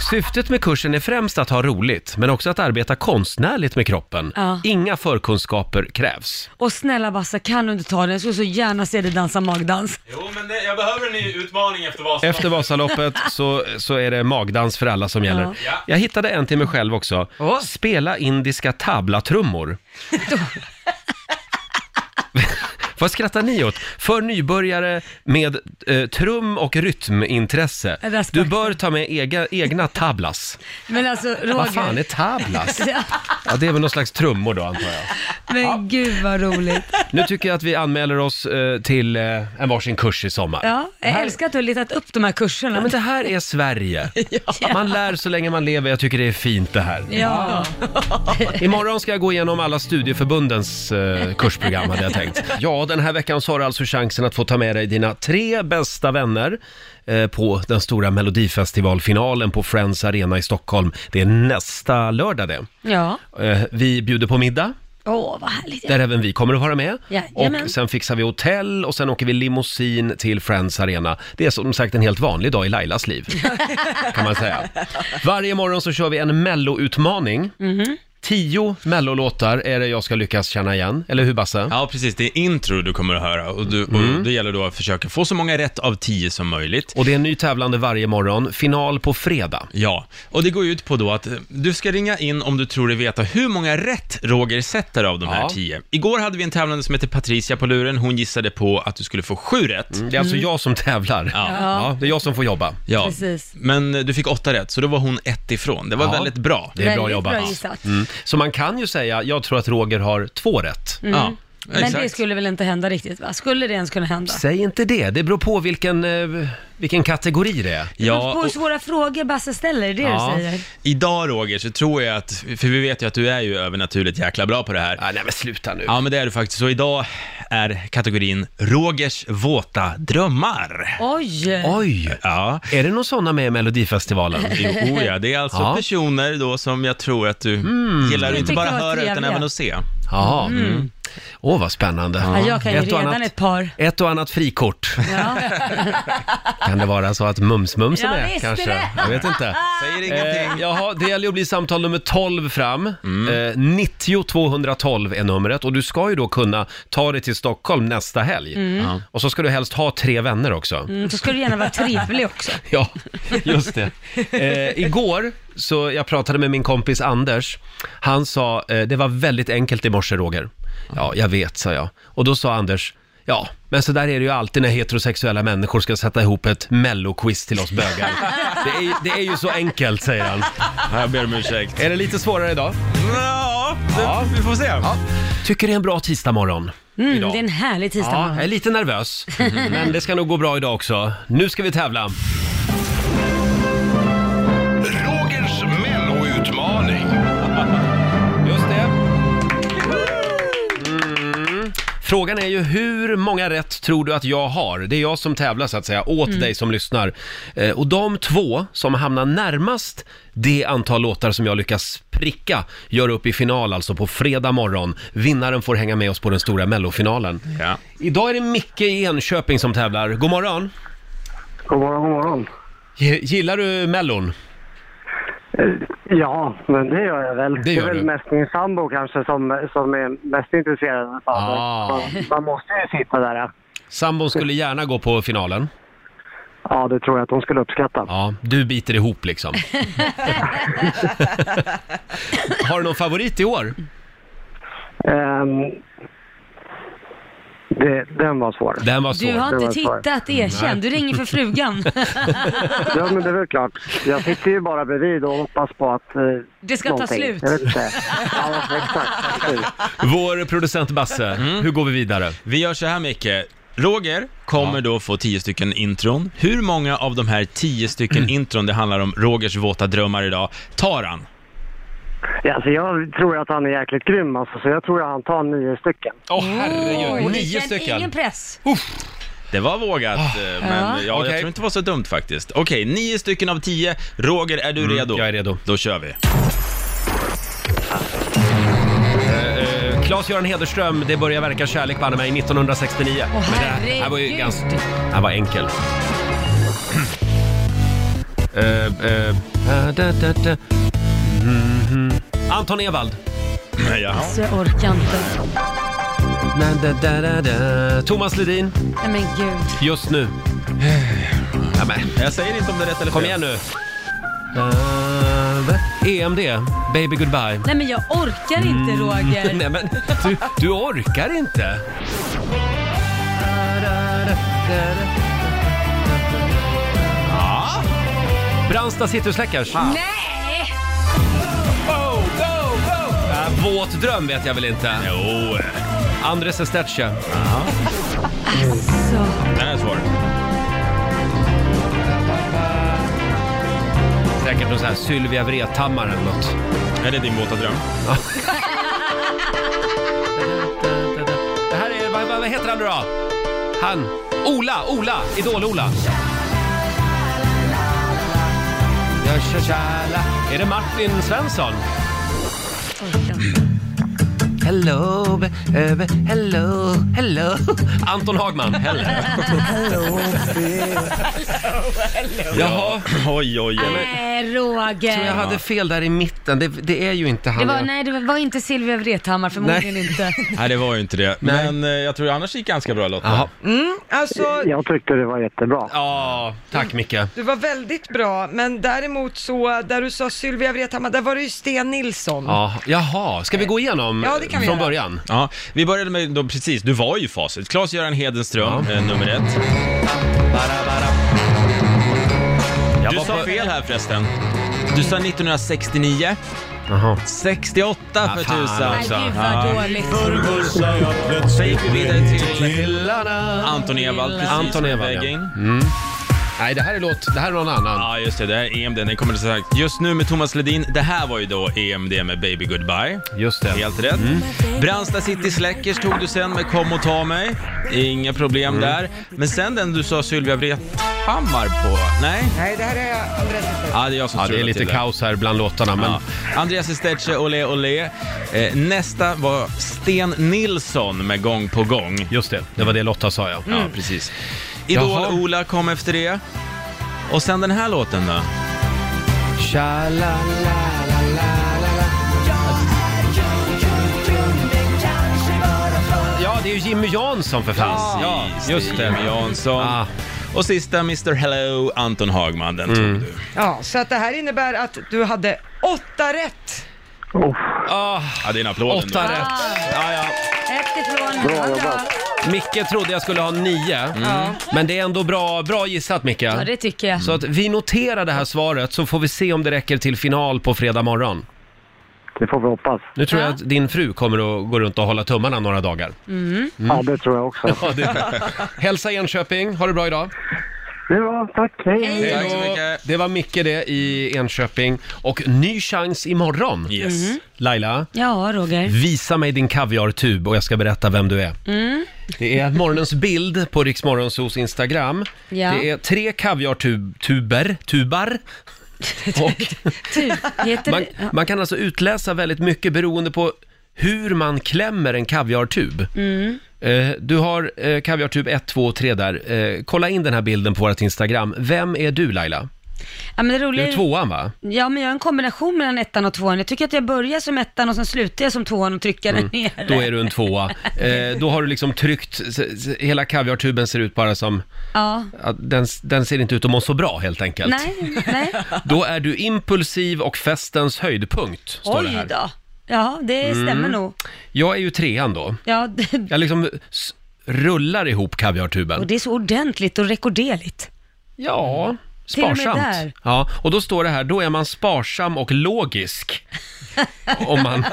Speaker 1: Syftet med kursen är främst att ha roligt, men också att arbeta konstnärligt med kroppen.
Speaker 2: Ja.
Speaker 1: Inga förkunskaper krävs.
Speaker 2: Och snälla Basse, kan du inte ta den? Jag skulle så gärna se dig dansa magdans.
Speaker 5: Jo, men det, jag behöver en ny utmaning efter Vasaloppet.
Speaker 2: [LAUGHS]
Speaker 1: Efter Vasaloppet så, så är det magdans för alla som gäller.
Speaker 5: Ja.
Speaker 1: Jag hittade en till mig själv också.
Speaker 3: Åh.
Speaker 1: Spela indiska tablatrummor. [LAUGHS] Vad skrattar ni åt? För nybörjare med eh, trum och
Speaker 2: Ja,
Speaker 1: rytmintresse.
Speaker 2: där sprack
Speaker 1: Du bör ta med ega, egna tablas.
Speaker 2: Men alltså Roger.
Speaker 1: Vad fan är tablas?
Speaker 2: Ja,
Speaker 1: Ja, det är väl någon slags trummor då antar jag.
Speaker 2: Men gud vad roligt.
Speaker 1: Nu tycker jag att vi anmäler oss eh, till eh, en varsin kurs i sommar.
Speaker 2: Ja, jag älskar att du har letat upp de här kurserna.
Speaker 1: Ja, men det här är Sverige. Man lär så länge man lever. Jag tycker det är fint det här.
Speaker 2: Ja,
Speaker 1: Imorgon ska jag gå igenom alla studieförbundens eh, kursprogram hade jag tänkt. Ja, den här veckan så har du alltså chansen att få ta med dig dina tre bästa vänner eh, på den stora melodifestivalfinalen på Friends Arena i Stockholm. Det är nästa lördag det.
Speaker 2: ja.
Speaker 1: Eh, vi bjuder på middag,
Speaker 2: Åh, vad härligt.
Speaker 1: där även vi kommer att vara med.
Speaker 2: Jajamän.
Speaker 1: Och sen fixar vi hotell och sen åker vi limousin till Friends Arena. Det är som sagt en helt vanlig dag i Lailas liv, kan man säga. Varje morgon så kör vi en melloutmaning. Tio mellolåtar är det jag ska lyckas känna igen, eller hur Basse?
Speaker 5: Ja, precis. Det är intro du kommer att höra och, du, och
Speaker 1: Mm.
Speaker 5: det gäller då att försöka få så många rätt av tio som möjligt.
Speaker 1: Och det är en ny tävlande varje morgon, final på fredag.
Speaker 5: Ja, och det går ut på då att eh, du ska ringa in om du tror dig veta hur många rätt Roger sätter av de
Speaker 1: Ja.
Speaker 5: här tio. Igår hade vi en tävlande som hette Patricia på luren. Hon gissade på att du skulle få sju rätt.
Speaker 1: Det är alltså jag som tävlar.
Speaker 5: Ja.
Speaker 1: Ja, det är jag som får jobba. Mm.
Speaker 5: Ja,
Speaker 2: Precis.
Speaker 5: men eh, du fick åtta rätt, så då var hon ett ifrån. Det var
Speaker 1: Ja.
Speaker 5: väldigt bra.
Speaker 1: Det är bra
Speaker 2: Väldigt
Speaker 1: jobbat.
Speaker 2: bra gissat.
Speaker 1: Mm. Så man kan ju säga, jag tror att Roger har två rätt.
Speaker 5: Ja.
Speaker 2: Men det
Speaker 6: Exakt.
Speaker 2: skulle väl inte hända riktigt va? Skulle det ens kunna hända?
Speaker 1: Säg inte det, det beror på vilken, eh, vilken kategori det är.
Speaker 6: Ja,
Speaker 2: på hur
Speaker 6: och-
Speaker 2: svåra frågor Basse ställer, är det
Speaker 1: Ja.
Speaker 2: du säger?
Speaker 6: Idag Roger, så tror jag att, för vi vet ju att du är ju övernaturligt jäkla bra på det här.
Speaker 1: Ah, nej men sluta nu.
Speaker 6: Ja men det är du faktiskt, så idag är kategorin Rogers våta drömmar.
Speaker 2: Oj!
Speaker 1: Oj!
Speaker 6: Ja.
Speaker 1: Är det någon sådana med i Melodifestivalen?
Speaker 2: [LAUGHS]
Speaker 6: Jo, oh ja, det är alltså
Speaker 1: Ja.
Speaker 6: personer då som jag tror att du gillar att inte
Speaker 2: Tyckte
Speaker 6: bara
Speaker 2: det var
Speaker 6: höra utan
Speaker 2: trevliga.
Speaker 6: även att se.
Speaker 1: Jaha. Åh, vad spännande.
Speaker 2: Mm. Ja, jag kan ju
Speaker 1: Ett och
Speaker 2: redan
Speaker 1: annat-
Speaker 2: ett par.
Speaker 1: Ett och annat frikort.
Speaker 2: Ja.
Speaker 1: [LAUGHS] Kan det vara så att Mums-Mums är
Speaker 2: Ja,
Speaker 1: med
Speaker 2: visst är
Speaker 1: kanske?
Speaker 2: det.
Speaker 1: Jag vet
Speaker 2: [LAUGHS]
Speaker 1: inte.
Speaker 6: Säger
Speaker 1: Eh,
Speaker 6: ingenting.
Speaker 1: jaha, det gäller ju att bli samtal nummer 12 fram. Eh, 90 212 är numret och du ska ju då kunna ta dig till Stockholm nästa helg.
Speaker 6: Ja.
Speaker 1: Och så ska du helst ha tre vänner också.
Speaker 2: Mm, så ska du gärna vara trevlig också.
Speaker 1: [LAUGHS] Ja, just det. Eh, igår så jag pratade med min kompis Anders. Han sa, eh, det var väldigt enkelt i morse Roger. Ja, jag vet, sa jag. Och då sa Anders, ja, men så där är det ju alltid när heterosexuella människor ska sätta ihop ett melloquiz till oss bögar. Det är, ju- det är ju så enkelt, säger han.
Speaker 6: Ja, jag ber om ursäkt.
Speaker 1: Är det lite svårare idag?
Speaker 6: Ja, det, vi får se.
Speaker 1: Tycker det är en bra tisdagmorgon.
Speaker 2: Mm,
Speaker 1: Idag.
Speaker 2: det är en härlig
Speaker 1: Ja,
Speaker 2: tisdag
Speaker 1: jag är lite nervös, men det ska nog gå bra idag också. Nu ska vi tävla.
Speaker 4: Rogers melloutmaning.
Speaker 1: Just det. Mm. Frågan är ju hur många rätt tror du att jag har? Det är jag som tävlar så att säga, åt dig som lyssnar. Eh, och de två som hamnar närmast det antal låtar som jag lyckas pricka gör upp i final alltså på fredag morgon. Vinnaren får hänga med oss på den stora mellofinalen.
Speaker 6: Ja.
Speaker 1: Idag är det Micke i Enköping som tävlar. God morgon!
Speaker 7: God morgon, god morgon.
Speaker 1: G- Gillar du mellon?
Speaker 7: Eh, Ja, men det gör jag väl.
Speaker 1: Det gör
Speaker 7: är väl
Speaker 1: du.
Speaker 7: mest min sambo kanske som, som är mest intresserad. av det.
Speaker 1: Ah.
Speaker 7: Man, man måste ju sitta där. ja.
Speaker 1: Sambon skulle gärna gå på finalen.
Speaker 7: Ja, det tror jag att hon skulle uppskatta.
Speaker 1: Ja, du biter ihop liksom. [LAUGHS] Har du någon favorit i år?
Speaker 7: Ehm, det, den var svår.
Speaker 1: Den var
Speaker 2: Du har
Speaker 1: svår.
Speaker 2: inte
Speaker 7: Det var ett
Speaker 2: tittat,
Speaker 1: Mm,
Speaker 2: erkänn. Du ringer
Speaker 1: [LAUGHS]
Speaker 2: för frugan.
Speaker 7: Ja, men det är väl klart. Jag sitter ju bara bredvid och hoppas på att... eh,
Speaker 2: Det ska ta
Speaker 7: någonting.
Speaker 2: slut.
Speaker 7: Jag vet inte. Ja, exakt. Precis.
Speaker 1: Vår producent Basse, hur går vi vidare?
Speaker 6: Vi gör så här Micke. Roger kommer då få tio stycken intron. Hur många av de här tio stycken intron det handlar om Rogers våta drömmar idag tar han?
Speaker 7: Ja, alltså, jag tror att han är jäkligt grym alltså, så jag tror att han tar nio stycken.
Speaker 1: Åh herregud, nio
Speaker 2: Åh, det känns Ingen
Speaker 1: stycken! Oh,
Speaker 2: press.
Speaker 6: Det var vågat, eh, men ja.
Speaker 1: Okej.
Speaker 6: jag tror inte det var så dumt faktiskt. Okej, nio stycken av tio. Roger, är du redo?
Speaker 1: jag är redo.
Speaker 6: Då kör vi.
Speaker 1: Claes-Göran Hederström, Det börjar verka kärlek banne mig 1969.
Speaker 2: Åh,
Speaker 1: det här- det här var ju
Speaker 2: herregud.
Speaker 1: ganska... Det här var enkel. [CLEARS THROAT] Eh, eh, eh, da, da, da. Mhm. Anton Ewald.
Speaker 6: Ja.
Speaker 2: Så jag orkar inte.
Speaker 1: Na, da, da, da, da. Thomas Ledin.
Speaker 2: Nej men gud.
Speaker 1: Just nu. Ja, men,
Speaker 6: Jag säger inte om det är rätt eller
Speaker 1: kom
Speaker 6: fel.
Speaker 1: igen nu. Eh, EMD, Baby Goodbye.
Speaker 2: Nej men jag orkar inte Roger.
Speaker 1: [LAUGHS] Mm. Nej men, du, du orkar inte. Brandsta citysläckars.
Speaker 2: Nej!
Speaker 1: Äh, Våt dröm vet jag väl inte.
Speaker 6: Jo,
Speaker 1: Andres Estetche.
Speaker 2: Så.
Speaker 6: den här är svår.
Speaker 1: Säkert någon sån här Sylvia Vrethammar eller något.
Speaker 6: Är det din våta dröm?
Speaker 1: Det här är, vad, vad vad heter han nu då? Han, Ola, Ola, Idol-Ola. Ja, tja, tja, la. Är det Martin Svensson?
Speaker 2: Orkar inte.
Speaker 1: Hello, baby, hello, hello. Anton Hagman. Hello.
Speaker 6: [LAUGHS]
Speaker 1: Jaha,
Speaker 6: Oj, oj, oj.
Speaker 2: Nej
Speaker 1: jag
Speaker 2: Roger.
Speaker 1: hade fel där i mitten. Det, det är ju inte han.
Speaker 2: Det var,
Speaker 1: jag-
Speaker 2: nej, det var inte Silvia Vrethammar, förmodligen inte.
Speaker 6: Nej, det var ju inte det.
Speaker 1: Nej.
Speaker 6: Men eh, jag tror annars gick ganska bra Lotta.
Speaker 1: Jaha.
Speaker 3: Alltså,
Speaker 7: Jag tyckte det var jättebra.
Speaker 1: Ja, tack Micke.
Speaker 3: du var väldigt bra, men däremot så, där du sa Sylvia Vrethammar, där var det ju Sten Nilsson.
Speaker 1: Ja, jaha, ska vi gå igenom
Speaker 3: Ja, det kan vi
Speaker 1: från
Speaker 3: göra.
Speaker 1: början?
Speaker 6: Ja, vi började med, då, precis, du var ju i facit. Claes-Göran Hedenström, eh, nummer ett.
Speaker 1: Jag
Speaker 6: Du
Speaker 1: var
Speaker 6: sa
Speaker 1: på-
Speaker 6: fel här förresten. Du sa 1969.
Speaker 1: Jaha.
Speaker 6: 68 för
Speaker 1: fan
Speaker 6: tusan.
Speaker 1: Ah,
Speaker 2: Nej, gud vad
Speaker 1: Alltså,
Speaker 6: Ja.
Speaker 2: dåligt.
Speaker 8: Förr sa jag plötsligt
Speaker 5: Så gick vi vidare till
Speaker 1: Killarna.
Speaker 5: Anton Ewald, precis
Speaker 1: Anton
Speaker 5: på
Speaker 1: Ewald,
Speaker 5: väg
Speaker 1: ja. Mm.
Speaker 5: in.
Speaker 1: Nej, det här är låt, det här är någon annan.
Speaker 5: Ja, just det. Det här
Speaker 6: E
Speaker 5: är EMD. Den kommer som sagt just nu med Thomas Ledin. Det här var ju då
Speaker 6: E
Speaker 5: EMD med Baby Goodbye.
Speaker 1: Just det.
Speaker 5: Helt rätt.
Speaker 1: Mm.
Speaker 5: Brandsta City Släckers tog du sen med Kom och ta mig. Inga problem
Speaker 1: Mm.
Speaker 5: där. Men sen den du sa Sylvia Vrethammar på? Nej?
Speaker 3: Nej, det här är Andres
Speaker 5: Ja, det är jag som
Speaker 1: Ja, det är
Speaker 5: strular
Speaker 1: lite
Speaker 5: till
Speaker 1: kaos här bland låtarna, men
Speaker 5: Ja. Andreas Estetche, Olé Olé. Eh, nästa var Sten Nilsson med Gång på gång.
Speaker 1: just det. Det var det Lotta sa, ja.
Speaker 2: Mm.
Speaker 5: Ja, precis. Idol-Ola kom efter det. Och sen den här låten då?
Speaker 1: Ja, det är ju Jimmy Jansson för fan.
Speaker 5: Ja,
Speaker 1: just
Speaker 5: just
Speaker 1: det.
Speaker 5: det. Jansson.
Speaker 1: Ah.
Speaker 5: Och sista Mr Hello, Anton Hagman. Den
Speaker 1: Mm.
Speaker 5: tog du.
Speaker 3: Ja, så att det här innebär att du hade åtta rätt.
Speaker 1: Ah,
Speaker 5: Ja, det är en applåd
Speaker 1: åtta
Speaker 5: ändå.
Speaker 1: rätt.
Speaker 5: Ja, ja.
Speaker 2: Ett ifrån.
Speaker 7: Bra
Speaker 2: Ja,
Speaker 7: jobbat.
Speaker 1: Micke trodde jag skulle ha nio, men det är ändå bra, bra gissat Micke.
Speaker 2: Ja, det tycker jag.
Speaker 1: Så att vi noterar det här svaret så får vi se om det räcker till final på fredag morgon.
Speaker 7: Det får vi hoppas.
Speaker 1: Nu tror
Speaker 2: Ja.
Speaker 1: jag att din fru kommer att gå runt och hålla tummarna några dagar.
Speaker 7: Ja,
Speaker 1: Mm.
Speaker 7: det tror jag också.
Speaker 1: Ja, det. [LAUGHS] Hälsa Enköping, ha det bra idag.
Speaker 7: Det var, tack. Hej.
Speaker 5: Tack
Speaker 1: Hej
Speaker 5: så
Speaker 1: då.
Speaker 5: mycket.
Speaker 1: Det var Micke det i Enköping och ny chans imorgon.
Speaker 5: Yes.
Speaker 2: Mm.
Speaker 1: Laila,
Speaker 2: Ja,
Speaker 1: [LAUGHS]
Speaker 2: Roger.
Speaker 1: visa mig din kaviartub och jag ska berätta vem du är.
Speaker 2: Mm.
Speaker 1: Det är morgonens bild på Riksmorgonsos Instagram.
Speaker 2: Ja.
Speaker 1: Det är tre kaviartuber,
Speaker 2: [LAUGHS]
Speaker 1: tubar. Och
Speaker 2: Du, heter
Speaker 1: man,
Speaker 2: det... Ja.
Speaker 1: man kan alltså utläsa väldigt mycket beroende på hur man klämmer en kaviartub.
Speaker 2: Mm.
Speaker 1: Eh, Du har eh, kaviartub 1, 2 och 3 där. Eh, Kolla in den här bilden på vårt Instagram. Vem är du Laila?
Speaker 2: Ja, men det
Speaker 1: Du
Speaker 2: roliga
Speaker 1: är tvåan va?
Speaker 2: Ja, men jag är en kombination mellan ettan och tvåan. Jag tycker att jag börjar som ettan och sen slutar jag som tvåan och trycker den ner.
Speaker 1: Mm. Då är du en tvåa. Eh, då har du liksom tryckt, s- s- hela kaviartuben ser ut bara som,
Speaker 2: Ja.
Speaker 1: att den, den ser inte ut att må så bra helt enkelt.
Speaker 2: Nej, nej.
Speaker 1: [LAUGHS] Då är du impulsiv och festens höjdpunkt, står det
Speaker 2: Oj
Speaker 1: här. Mm.
Speaker 2: då. Ja, det stämmer nog.
Speaker 1: Jag är ju trean då.
Speaker 2: Ja, det,
Speaker 1: Jag liksom s- rullar ihop
Speaker 2: och
Speaker 1: kaviartuben.
Speaker 2: det är så ordentligt och rekorderligt.
Speaker 1: Ja,
Speaker 2: Till och med
Speaker 1: sparsamt.
Speaker 2: där.
Speaker 1: Ja, och då står det här, då är man sparsam och
Speaker 2: [LAUGHS]
Speaker 1: logisk. om man,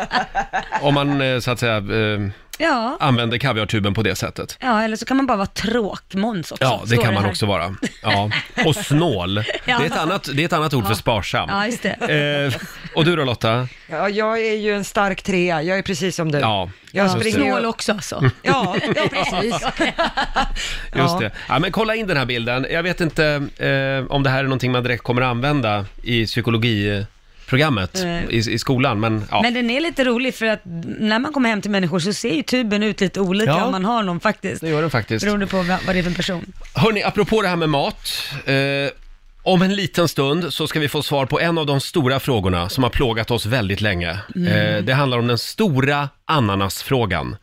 Speaker 1: om man eh, så att säga eh,
Speaker 2: Ja.
Speaker 1: använder kaviartuben på det sättet.
Speaker 2: ja, eller så kan man bara vara tråkmåns också.
Speaker 1: Ja, det
Speaker 2: står
Speaker 1: kan man
Speaker 2: här.
Speaker 1: också vara. Ja. Och
Speaker 2: [LAUGHS]
Speaker 1: snål, det, är ett annat, det är ett annat ord för sparsam.
Speaker 2: Ja,
Speaker 1: [LAUGHS]
Speaker 2: just det.
Speaker 1: Eh, och du då Lotta?
Speaker 3: Ja, jag är ju en stark trea, jag är precis som du.
Speaker 1: Ja,
Speaker 3: jag
Speaker 2: Ja,
Speaker 3: springer
Speaker 2: snål
Speaker 3: ju-
Speaker 2: också alltså.
Speaker 3: Ja, [LAUGHS] ja, precis.
Speaker 1: just
Speaker 3: Ja.
Speaker 1: det. Ja, men kolla in den här bilden. Jag vet inte eh, om det här är någonting man direkt kommer använda i psykologiprogrammet
Speaker 2: Nej.
Speaker 1: i, i skolan, men ja.
Speaker 2: Eh. Men den är lite rolig för att när man kommer hem till människor så ser ju tuben ut lite olika
Speaker 1: Ja.
Speaker 2: om man har någon faktiskt.
Speaker 1: det gör den faktiskt.
Speaker 2: Beroende på vad vad det är för person.
Speaker 1: Hörni, apropå det här med mat. Eh, om en liten stund så ska vi få svar på en av de stora frågorna som har plågat oss väldigt länge. Eh, det handlar om den stora ananasfrågan.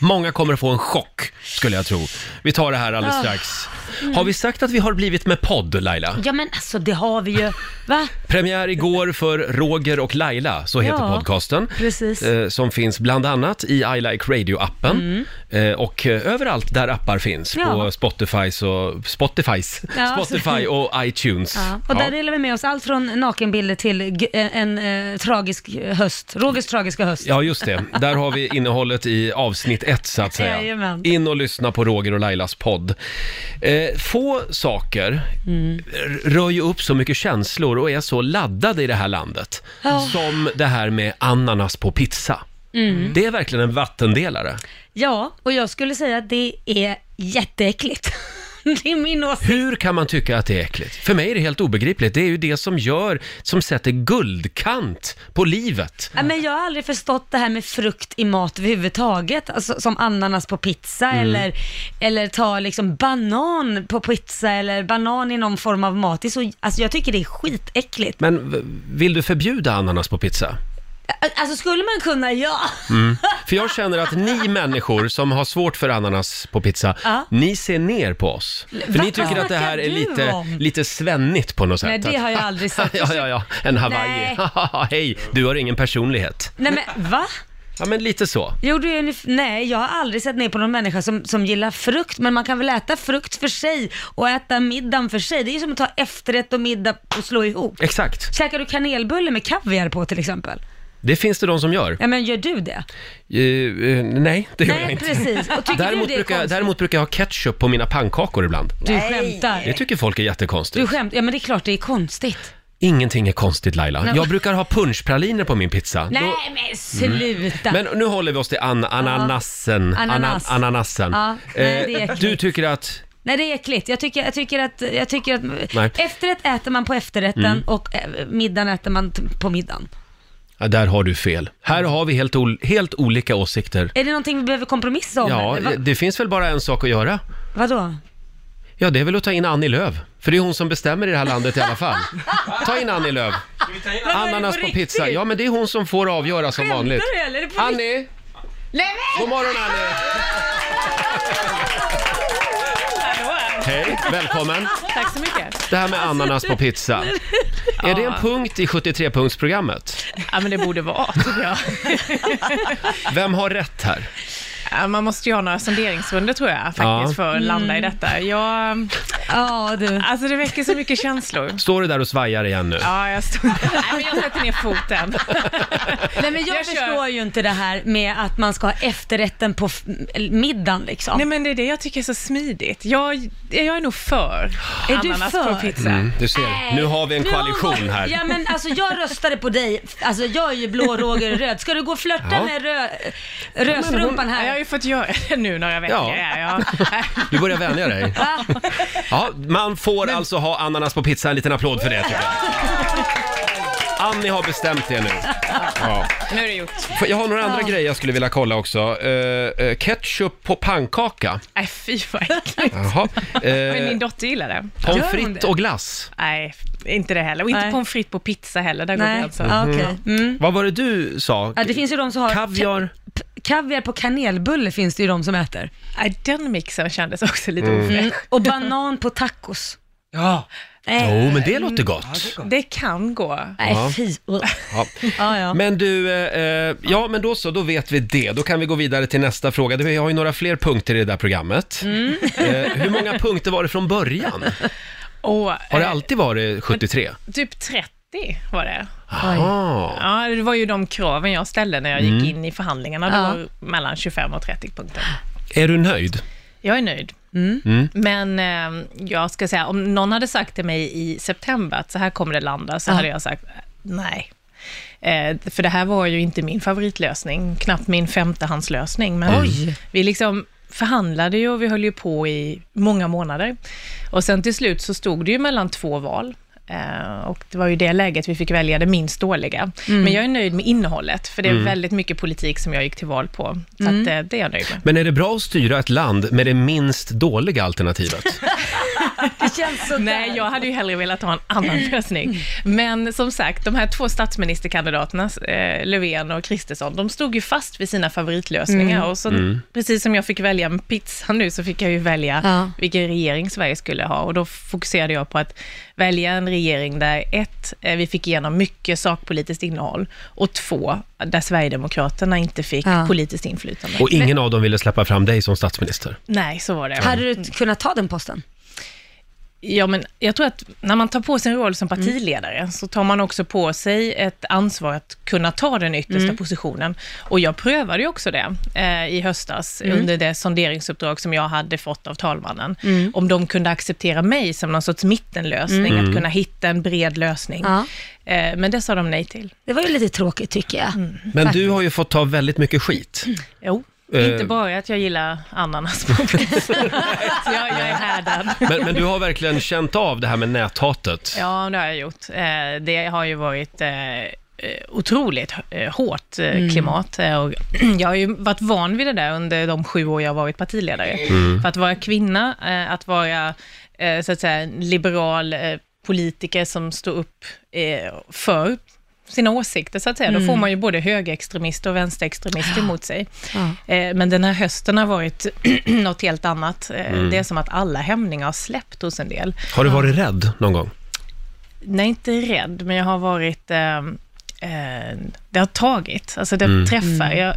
Speaker 1: Många kommer få en chock, skulle jag tro. Vi tar det här alldeles strax. Har vi sagt att vi har blivit med podd, Laila?
Speaker 2: Ja men alltså det har vi
Speaker 1: [LAUGHS]
Speaker 2: ju. Va?
Speaker 1: Premiär igår för Roger och Laila, så heter
Speaker 2: Ja,
Speaker 1: podcasten.
Speaker 2: precis. Mm.
Speaker 1: Eh, som finns bland annat i I Like Radio-appen. Eh, och eh, överallt där appar finns.
Speaker 2: Ja.
Speaker 1: På Spotifys och, Spotifys.
Speaker 2: [LAUGHS] Ja,
Speaker 1: Spotify och iTunes.
Speaker 2: Ja, och där delar vi med oss allt från nakenbilder till g- en, eh, tragisk höst, Rogers tragiska höst.
Speaker 1: Ja, just det. Där har vi innehållet i avsnitt ett, så att säga.
Speaker 2: Jajamän.
Speaker 1: In och lyssna på Roger och Lailas podd. Eh, få saker
Speaker 2: Mm.
Speaker 1: r- rör ju upp så mycket känslor och är så laddade i det här landet.
Speaker 2: Ja.
Speaker 1: Som det här med ananas på pizza.
Speaker 2: Mm.
Speaker 1: Det är verkligen en vattendelare.
Speaker 2: Ja, och jag skulle säga att det är jätteäckligt. [LAUGHS] det är min åsikt.
Speaker 1: Hur kan man tycka att det är äckligt? För mig är det helt obegripligt. Det är ju det som gör, som sätter guldkant på livet.
Speaker 2: Ja, men jag har aldrig förstått det här med frukt i mat överhuvudtaget, alltså, som ananas på pizza eller, eller ta liksom banan på pizza eller banan i någon form av mat. Det är så, alltså, jag tycker det är skitäckligt.
Speaker 1: Men v- vill du förbjuda ananas på pizza?
Speaker 2: Alltså skulle man kunna, ja.
Speaker 1: För jag känner att ni människor som har svårt för ananas på pizza,
Speaker 2: Ja.
Speaker 1: ni ser ner på oss. För
Speaker 2: Vad
Speaker 1: ni tycker att det här är
Speaker 2: snackar du
Speaker 1: lite,
Speaker 2: om?
Speaker 1: lite svennigt på något sätt.
Speaker 2: Nej, det har jag aldrig sagt.
Speaker 1: [LAUGHS] ja, ja, ja. En [LAUGHS] Hawaii. Hej, du har ingen personlighet.
Speaker 2: Nej men va?
Speaker 1: Ja, men lite så.
Speaker 2: Jo, det är ungef- nej, jag har aldrig sett ner på någon människa som, som gillar frukt, men man kan väl äta frukt för sig och äta middagen för sig. Det är ju som att ta efterrätt och middag och slå ihop.
Speaker 1: Exakt.
Speaker 2: Käkar du kanelbulle med kaviar på till exempel?
Speaker 1: Det finns det de som gör.
Speaker 2: Ja, men gör du det?
Speaker 1: Eh, eh, nej, det gör jag
Speaker 2: Nej,
Speaker 1: inte.
Speaker 2: precis. Och tycker
Speaker 1: Däremot
Speaker 2: du det
Speaker 1: brukar,
Speaker 2: är
Speaker 1: jag,
Speaker 2: konstigt?
Speaker 1: däremot brukar jag ha ketchup på mina pannkakor ibland.
Speaker 2: Du
Speaker 3: Nej.
Speaker 1: Det
Speaker 2: skämtar.
Speaker 1: tycker folk är jättekonstigt.
Speaker 2: Du skämtar. Ja, men det är klart det är konstigt.
Speaker 1: Ingenting är konstigt Laila.
Speaker 2: Nej,
Speaker 1: Jag
Speaker 2: men-
Speaker 1: brukar ha punschpraliner på min pizza.
Speaker 2: Nej,
Speaker 1: Då, Mm.
Speaker 2: men sluta.
Speaker 1: men nu håller vi oss till an- ananasen.
Speaker 2: Ananas.
Speaker 1: Ana- ananasen.
Speaker 2: Ja, nej, det är
Speaker 1: Eh,
Speaker 2: äckligt.
Speaker 1: du tycker att...
Speaker 2: Nej, det är äckligt. Jag tycker, jag tycker att, jag tycker att
Speaker 1: Nej. Mm.
Speaker 2: efterrätt äter man på efterrätten och eh, middagen äter man t- på middagen.
Speaker 1: Ja, där har du fel. Här har vi helt, ol- helt olika åsikter.
Speaker 2: Är det någonting vi behöver kompromissa om?
Speaker 1: Ja, eh,
Speaker 2: eller? Va-
Speaker 1: det finns väl bara en sak att göra.
Speaker 2: vadå?
Speaker 1: Ja, det är väl att ta in Annie Lööf. För det är hon som bestämmer i det här landet i alla
Speaker 2: [LAUGHS]
Speaker 1: fall. Ta in Annie Lööf. Ananas på pizza. Ja, men det är hon som får avgöra som
Speaker 2: Skämtar
Speaker 1: vanligt.
Speaker 2: du eller? Är det på riktigt?
Speaker 1: Annie! God morgon Annie! Hej, välkommen.
Speaker 9: Tack så mycket.
Speaker 1: Det här med ananas på pizza. Är det en punkt i 73-punktsprogrammet?
Speaker 9: Ja, men det borde vara, tycker jag.
Speaker 1: Vem har rätt här?
Speaker 9: Ja, man måste ju ha några sonderingsrundor, tror jag, faktiskt,
Speaker 1: Ja.
Speaker 9: för att landa i detta. Jag,
Speaker 2: Ja, du.
Speaker 9: alltså, det väcker så mycket känslor.
Speaker 1: Står du där och svajar igen nu?
Speaker 9: Ja, jag står... Nej, men jag sätter ner foten.
Speaker 2: Nej, men jag,
Speaker 9: Jag kör.
Speaker 2: förstår ju inte det här med att man ska ha efterrätten på f- eller middagen liksom.
Speaker 9: Nej, men det är det jag tycker är så smidigt. Jag, jag är nog för
Speaker 2: Är du
Speaker 9: ananas
Speaker 2: för?
Speaker 9: på pizza.
Speaker 1: Du ser, nu har vi en
Speaker 2: Nu har vi-
Speaker 1: koalition här.
Speaker 2: Ja men alltså jag röstade på dig, alltså jag är ju blå, Roger är röd. Ska du gå och flörta
Speaker 1: Ja.
Speaker 2: med rö, rödstrumpan
Speaker 9: Ja, jag har
Speaker 2: här?
Speaker 9: ju fått göra det nu några veckor.
Speaker 1: Ja.
Speaker 9: Ja. Ja,
Speaker 1: Du börjar vänja dig. Ja, man får alltså ha ananas på pizza. En liten applåd för det tycker jag. Annie har bestämt det nu. Ja.
Speaker 9: Nu är det gjort.
Speaker 1: För Jag har några andra grejer jag skulle vilja kolla också. Eh, eh, ketchup på pannkaka.
Speaker 9: Nej, fy vad
Speaker 2: [LAUGHS]
Speaker 9: äckligt.
Speaker 1: Jaha.
Speaker 9: Men
Speaker 1: Eh,
Speaker 9: min dotter gillar det.
Speaker 1: pommes
Speaker 2: Gör hon
Speaker 1: frites
Speaker 2: det?
Speaker 1: och glass.
Speaker 9: Nej, inte det heller. Och inte
Speaker 2: Nej.
Speaker 9: pommes frites på pizza heller. Där går
Speaker 2: Nej,
Speaker 9: vi alltså.
Speaker 2: ja, okej. Mm.
Speaker 1: Vad var det du sa?
Speaker 2: Ja, det finns ju de som har
Speaker 1: Kaviar?
Speaker 2: Ka- p- kaviar på kanelbulle finns det ju de som äter.
Speaker 9: Nej, Äh, den mixen kändes också lite
Speaker 1: Mm.
Speaker 9: ofräsch.
Speaker 2: Och banan på tacos.
Speaker 1: Ja. Jo,
Speaker 2: Nej,
Speaker 1: men det låter gott.
Speaker 9: Det kan gå.
Speaker 1: Ja.
Speaker 2: Nej fy. Ugh.
Speaker 1: Ja.
Speaker 2: Ja, ja.
Speaker 1: Men du, eh, eh, ja men då så, då vet vi det. Då kan vi gå vidare till nästa fråga. Vi har ju några fler punkter i det där programmet.
Speaker 2: Mm.
Speaker 1: Eh, hur många punkter var det från början?
Speaker 9: Och,
Speaker 1: Har det
Speaker 9: eh,
Speaker 1: alltid varit 73?
Speaker 9: Typ 30 var det.
Speaker 1: Ah.
Speaker 9: Ja, det var ju de kraven jag ställde när jag
Speaker 1: Mm.
Speaker 9: gick in i förhandlingarna. Det
Speaker 2: Ja.
Speaker 9: var mellan 25 och 30 punkter.
Speaker 1: Är du nöjd?
Speaker 9: Jag är nöjd. Men eh, jag ska säga, om någon hade sagt till mig i september att så här kommer det landa, så
Speaker 2: Ja.
Speaker 9: hade jag sagt nej. Eh, för det här var ju inte min favoritlösning, knappt min femtehandslösning. Men
Speaker 2: Oj.
Speaker 9: vi liksom förhandlade ju och vi höll ju på i många månader. Och sen till slut så stod det ju mellan två val. Eh, och det var ju i det läget vi fick välja det minst dåliga. Men jag är nöjd med innehållet, för det är väldigt mycket politik som jag gick till val på. Så att, eh, det är jag nöjd med.
Speaker 1: Men är det bra att styra ett land med det minst dåliga alternativet?
Speaker 2: Det känns sådär.
Speaker 9: Nej, jag hade ju hellre velat ha en
Speaker 2: [LAUGHS]
Speaker 9: annan lösning. Men som sagt, de här två statsministerkandidaterna, eh, Löfven och Kristersson, de stod ju fast vid sina favoritlösningar.
Speaker 2: Mm.
Speaker 9: Och så, Precis som jag fick välja en pizza nu, så fick jag ju välja
Speaker 2: Ja.
Speaker 9: vilken regering Sverige skulle ha. Och då fokuserade jag på att välja en regering där ett, eh, vi fick igenom mycket sakpolitiskt innehåll, och två, där Sverigedemokraterna inte fick
Speaker 2: Ja.
Speaker 9: politiskt inflytande.
Speaker 1: Och ingen av dem ville släppa fram dig som statsminister.
Speaker 9: Nej, så var det.
Speaker 2: Hade du kunnat ta den posten?
Speaker 9: Ja, men jag tror att när man tar på sig en roll som partiledare så tar man också på sig ett ansvar att kunna ta den yttersta positionen. Och jag prövade ju också det eh, i höstas under det sonderingsuppdrag som jag hade fått av talmannen. Om de kunde acceptera mig som någon sorts mittenlösning, att kunna hitta en bred lösning.
Speaker 2: Ja.
Speaker 9: Eh, men det sa de nej till.
Speaker 2: Det var ju lite tråkigt tycker jag.
Speaker 1: Men du har ju fått ta väldigt mycket skit.
Speaker 9: Jo.
Speaker 1: Eh.
Speaker 9: Inte bara att jag gillar ananas på pizza. [LAUGHS] Så jag, jag är härdad.
Speaker 1: Men, men du har verkligen känt av det här med näthatet.
Speaker 9: Ja, det har jag gjort. Eh, Det har ju varit eh, eh, otroligt eh, hårt eh, klimat. Eh, Och [CLEARS THROAT] jag har ju varit van vid det där under de sju år jag har varit partiledare. För att vara kvinna, eh, att vara eh, så att säga, en liberal eh, politiker som står upp eh, för sina åsikter, så att säga. Då får man ju både högerextremister och vänsterextremister emot sig. Eh, Men den här hösten har varit [CLEARS THROAT] något helt annat. Eh, Det är som att alla hämningar har släppt hos en del.
Speaker 1: Har du varit rädd någon gång?
Speaker 9: Nej, inte rädd, men jag har varit... Eh, eh, det har tagit, alltså det träffar. Jag,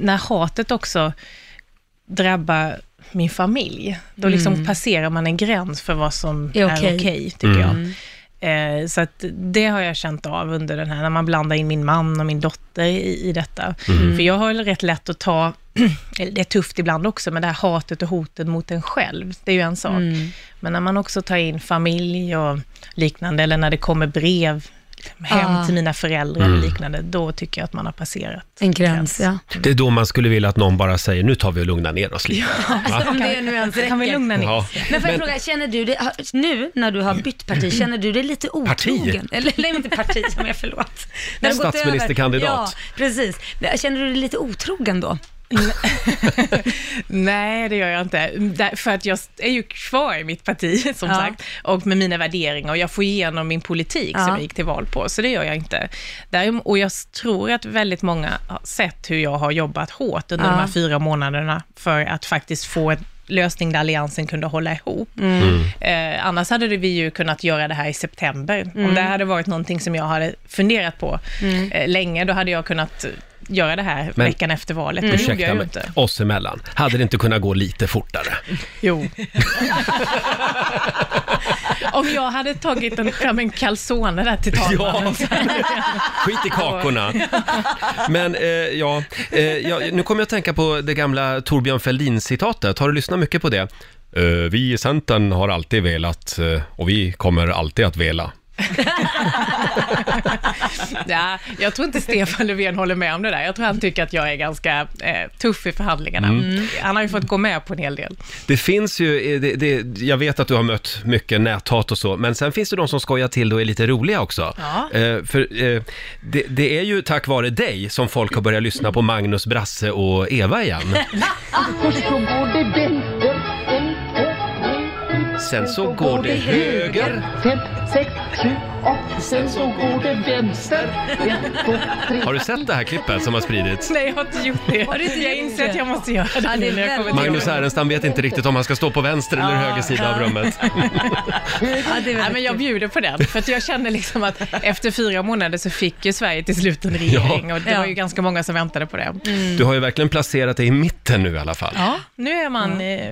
Speaker 9: när hatet också drabbar min familj, då liksom passerar man en gräns för vad som
Speaker 2: Är
Speaker 9: är
Speaker 2: okej.
Speaker 9: okej, tycker jag. Eh, så att det har jag känt av under den här, när man blandar in min man och min dotter i, i detta. För jag har väl rätt lätt att ta, eller det är tufft ibland också, men det här hatet och hotet mot en själv, det är ju en sak.
Speaker 2: Mm.
Speaker 9: Men när man också tar in familj och liknande, eller när det kommer brev hem
Speaker 2: Ah.
Speaker 9: till mina föräldrar eller liknande, då tycker jag att man har passerat
Speaker 2: En gräns, ja.
Speaker 1: Det är då man skulle vilja att någon bara säger, nu tar vi och lugnar ner oss lite.
Speaker 2: Alltså, om det nu ens
Speaker 9: Kan vi
Speaker 2: räcker.
Speaker 9: lugna ner
Speaker 1: Ja.
Speaker 9: oss?
Speaker 2: Men får jag fråga, känner du dig, har- nu när du har bytt
Speaker 1: Mm.
Speaker 2: parti, känner du dig lite otrogen? Eller nej,
Speaker 1: [LAUGHS]
Speaker 2: inte parti, men jag förlåt. När du gått över-
Speaker 1: Statsministerkandidat.
Speaker 2: Ja, precis. Men Känner du dig lite otrogen då?
Speaker 9: Nej, det gör jag inte. Där- För att jag är ju kvar i mitt parti, [LAUGHS] som
Speaker 2: Ja.
Speaker 9: sagt, och med mina värderingar. Och jag får igenom min politik
Speaker 2: Ja.
Speaker 9: som jag gick till val på, så det gör jag inte. Däremot, och jag tror att väldigt många har sett hur jag har jobbat hårt under
Speaker 2: Ja.
Speaker 9: de här fyra månaderna för att faktiskt få en lösning där Alliansen kunde hålla ihop.
Speaker 2: Mm.
Speaker 9: Eh, annars hade det vi ju kunnat göra det här i september.
Speaker 2: Mm.
Speaker 9: Om det hade varit någonting som jag hade funderat på eh, länge, då hade jag kunnat göra det här
Speaker 1: Men-
Speaker 9: veckan efter valet. Men det gjorde
Speaker 1: Ursäkta
Speaker 9: jag ju
Speaker 1: mig,
Speaker 9: inte.
Speaker 1: oss emellan. Hade det inte kunnat gå lite fortare?
Speaker 9: Jo. [LAUGHS] Om jag hade tagit en, fram en calzone där till
Speaker 1: [LAUGHS]
Speaker 9: talmannen.
Speaker 1: Skit i kakorna. Men eh, ja, eh, ja, nu kommer jag att tänka på det gamla Torbjörn Fälldin-citatet. Har du lyssnat mycket på det? Eh, vi i Centern har alltid velat eh, och vi kommer alltid att vela.
Speaker 9: Ja, jag tror inte Stefan Löfven håller med om det där. Jag tror han tycker att jag är ganska eh, tuff i förhandlingarna. Mm. Han har ju fått gå med på en hel del.
Speaker 1: Det finns ju, eh, det, det, jag vet att du har mött mycket näthat och så, men sen finns det de som skojar till det och är lite roliga också.
Speaker 9: Ja.
Speaker 1: Eh, för eh, det, det är ju tack vare dig som folk har börjat lyssna på Magnus, Brasse och Eva igen. Sen så går det höger. Har du sett det här klippet som har spridits?
Speaker 9: Nej, jag har inte gjort det.
Speaker 2: Har du inte
Speaker 9: jag
Speaker 2: gjort
Speaker 9: inser
Speaker 2: det?
Speaker 9: att jag måste göra det,
Speaker 2: Ja, det är
Speaker 9: nu när jag
Speaker 2: väldigt-
Speaker 9: kommer till
Speaker 1: Magnus
Speaker 9: jobbet.
Speaker 1: Härenstam vet inte riktigt om han ska stå på vänster eller höger sida av
Speaker 9: [LAUGHS]
Speaker 1: rummet.
Speaker 2: Ja, det är
Speaker 9: Nej, men jag bjuder på den, för att jag känner liksom att efter fyra månader så fick ju Sverige till slut en regering
Speaker 1: Ja.
Speaker 9: och det var ju ganska många som väntade på det.
Speaker 1: Du har ju verkligen placerat dig i mitten nu i alla fall.
Speaker 9: Mm. Ja, nu är man eh,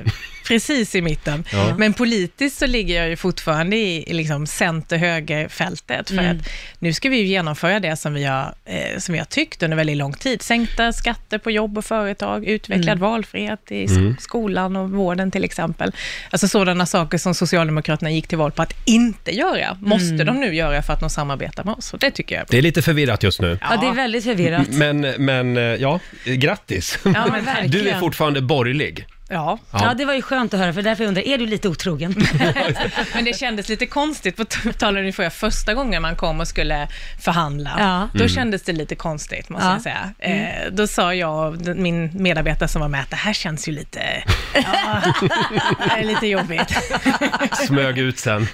Speaker 9: precis i mitten. Men politiskt så ligger jag ju fortfarande i, i liksom center-höger-fältet, för att nu ska vi ju genomföra det som vi, har, eh, som vi har tyckt under väldigt lång tid. Sänkta skatter på jobb och företag, utvecklad valfrihet i sk- skolan och vården till exempel. Alltså sådana saker som Socialdemokraterna gick till val på att inte göra, måste de nu göra för att de samarbetar med oss. Och det tycker jag är bra.
Speaker 1: Det är lite förvirrat just nu.
Speaker 2: Ja, det är väldigt förvirrat.
Speaker 1: Men, men eh, ja, eh, grattis.
Speaker 9: Ja, men verkligen.
Speaker 1: Du är fortfarande borgerlig.
Speaker 9: Ja,
Speaker 1: Ja.
Speaker 2: Ja. det var ju skönt att höra, för därför undrar jag, är du
Speaker 1: [LAUGHS]
Speaker 2: lite otrogen?
Speaker 9: [LAUGHS] Men det kändes lite konstigt, på tal om ungefär första gången man kom och skulle förhandla.
Speaker 2: Ja.
Speaker 9: Då kändes det lite konstigt, måste
Speaker 2: Ja. Mm.
Speaker 9: jag säga. Eh, då sa jag, och d- min medarbetare som var med, att det här känns
Speaker 2: [LAUGHS]
Speaker 9: ju lite, ja, [LAUGHS] det här är lite jobbigt.
Speaker 1: Smög ut sen.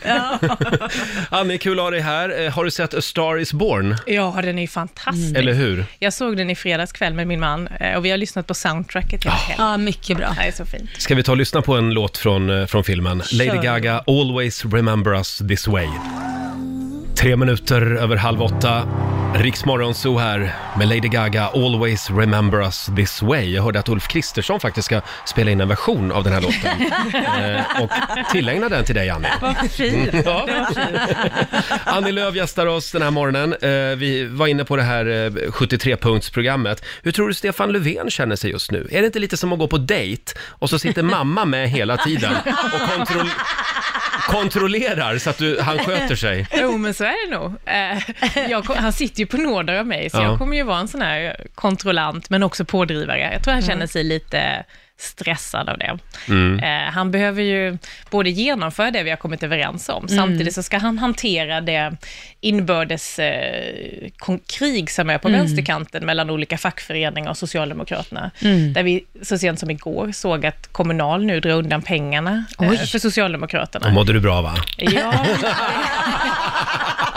Speaker 1: Annie, kul att ha dig här. Eh, Har du sett A Star Is Born?
Speaker 9: Ja, den är ju
Speaker 2: Mm.
Speaker 9: fantastisk.
Speaker 1: Eller hur?
Speaker 9: Jag såg den i fredags kväll med min man eh, och vi har lyssnat på soundtracket
Speaker 2: Ah.
Speaker 9: hela helgen.
Speaker 2: Ja, mycket bra.
Speaker 9: Det här är så fint.
Speaker 1: Ska vi ta och lyssna på en låt från, eh, från filmen? Lady Gaga, Always Remember Us This Way. Tre minuter över halv åtta. Riksmorgon så här med Lady Gaga, Always Remember Us This Way. Jag hörde att Ulf Kristersson faktiskt ska spela in en version av den här låten. eh, och tillägna den till dig, Annie.
Speaker 2: Vad fint.
Speaker 1: Ja. [LAUGHS] Annie Lööf gästar oss den här morgonen. Eh, Vi var inne på det här eh, 73-punktsprogrammet. Hur tror du Stefan Löfven känner sig just nu? Är det inte lite som att gå på dejt och så sitter mamma med hela tiden och kontroll- kontrollerar så att du, han sköter sig?
Speaker 9: [LAUGHS] Jo, men så är det nog. Eh, jag, kom- han sitter ju på nåder av mig, så
Speaker 1: Ja.
Speaker 9: jag kommer ju vara en sån här kontrollant, men också pådrivare. Jag tror han känner sig lite stressad av det. Eh, han behöver ju både genomföra det vi har kommit överens om, samtidigt så ska han hantera det inbördes eh, kon- krig som är på vänsterkanten mellan olika fackföreningar och Socialdemokraterna. Där vi så sent som igår såg att Kommunal nu drar undan pengarna eh, för Socialdemokraterna.
Speaker 1: Då mådde du bra va?
Speaker 9: Ja. [LAUGHS]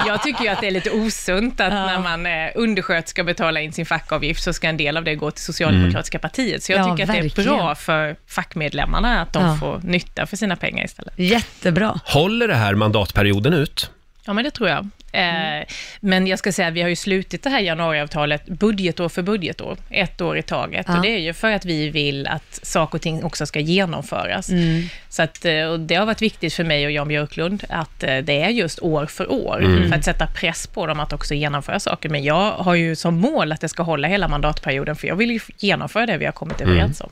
Speaker 9: Jag tycker ju att det är lite osunt att när man eh, undersköterska betalar in sin fackavgift så ska en del av det gå till Socialdemokratiska partiet. Så jag
Speaker 2: Ja,
Speaker 9: tycker att det är
Speaker 2: verkligen.
Speaker 9: bra för fackmedlemmarna att de
Speaker 2: Ja.
Speaker 9: får nytta för sina pengar istället.
Speaker 2: Jättebra.
Speaker 1: Håller det här mandatperioden ut?
Speaker 9: Ja, men det tror jag. Eh, Men jag ska säga att vi har ju slutit det här januariavtalet budgetår för budgetår, ett år i taget.
Speaker 2: Ja.
Speaker 9: Och det är ju för att vi vill att saker och ting också ska genomföras. Så att, eh, och det har varit viktigt för mig och Jan Björklund att eh, det är just år för år, för att sätta press på dem att också genomföra saker. Men jag har ju som mål att det ska hålla hela mandatperioden, för jag vill ju genomföra det vi har kommit överens om.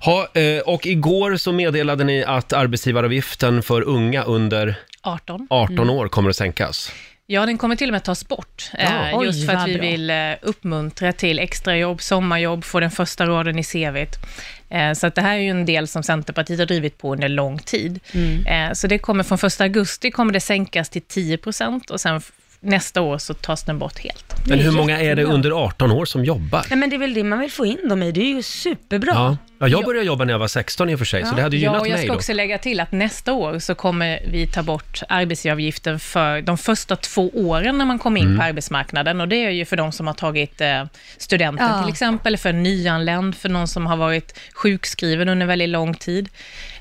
Speaker 1: Ha, eh, och igår så meddelade ni att arbetsgivaravgiften för unga under
Speaker 9: 18.
Speaker 1: 18 år kommer att sänkas.
Speaker 9: Ja, den kommer till och med tas bort. eh,
Speaker 2: Oj,
Speaker 9: just för att
Speaker 2: vad
Speaker 9: vi
Speaker 2: bra.
Speaker 9: vill eh, uppmuntra till extrajobb, sommarjobb, få den första raden i CVt. Eh, så att det här är ju en del som Centerpartiet har drivit på under lång tid.
Speaker 2: Mm.
Speaker 9: Eh, så det kommer från 1 augusti kommer det sänkas till 10 procent och sen f- nästa år så tas den bort helt.
Speaker 1: Men hur många är det under 18 år som jobbar?
Speaker 2: Nej men det är väl det man vill få in dem i, det är ju superbra.
Speaker 1: Ja. ja, jag började jobba när jag var 16 i och för sig, så det hade
Speaker 9: Ja,
Speaker 1: gynnat
Speaker 9: och jag
Speaker 1: mig
Speaker 9: ska
Speaker 1: då.
Speaker 9: också lägga till att nästa år så kommer vi ta bort arbetsgivaravgiften för de första två åren när man kommer
Speaker 2: Mm.
Speaker 9: in på arbetsmarknaden. Och det är ju för de som har tagit eh, studenten
Speaker 2: Ja.
Speaker 9: till exempel, för en nyanländ, för någon som har varit sjukskriven under väldigt lång tid.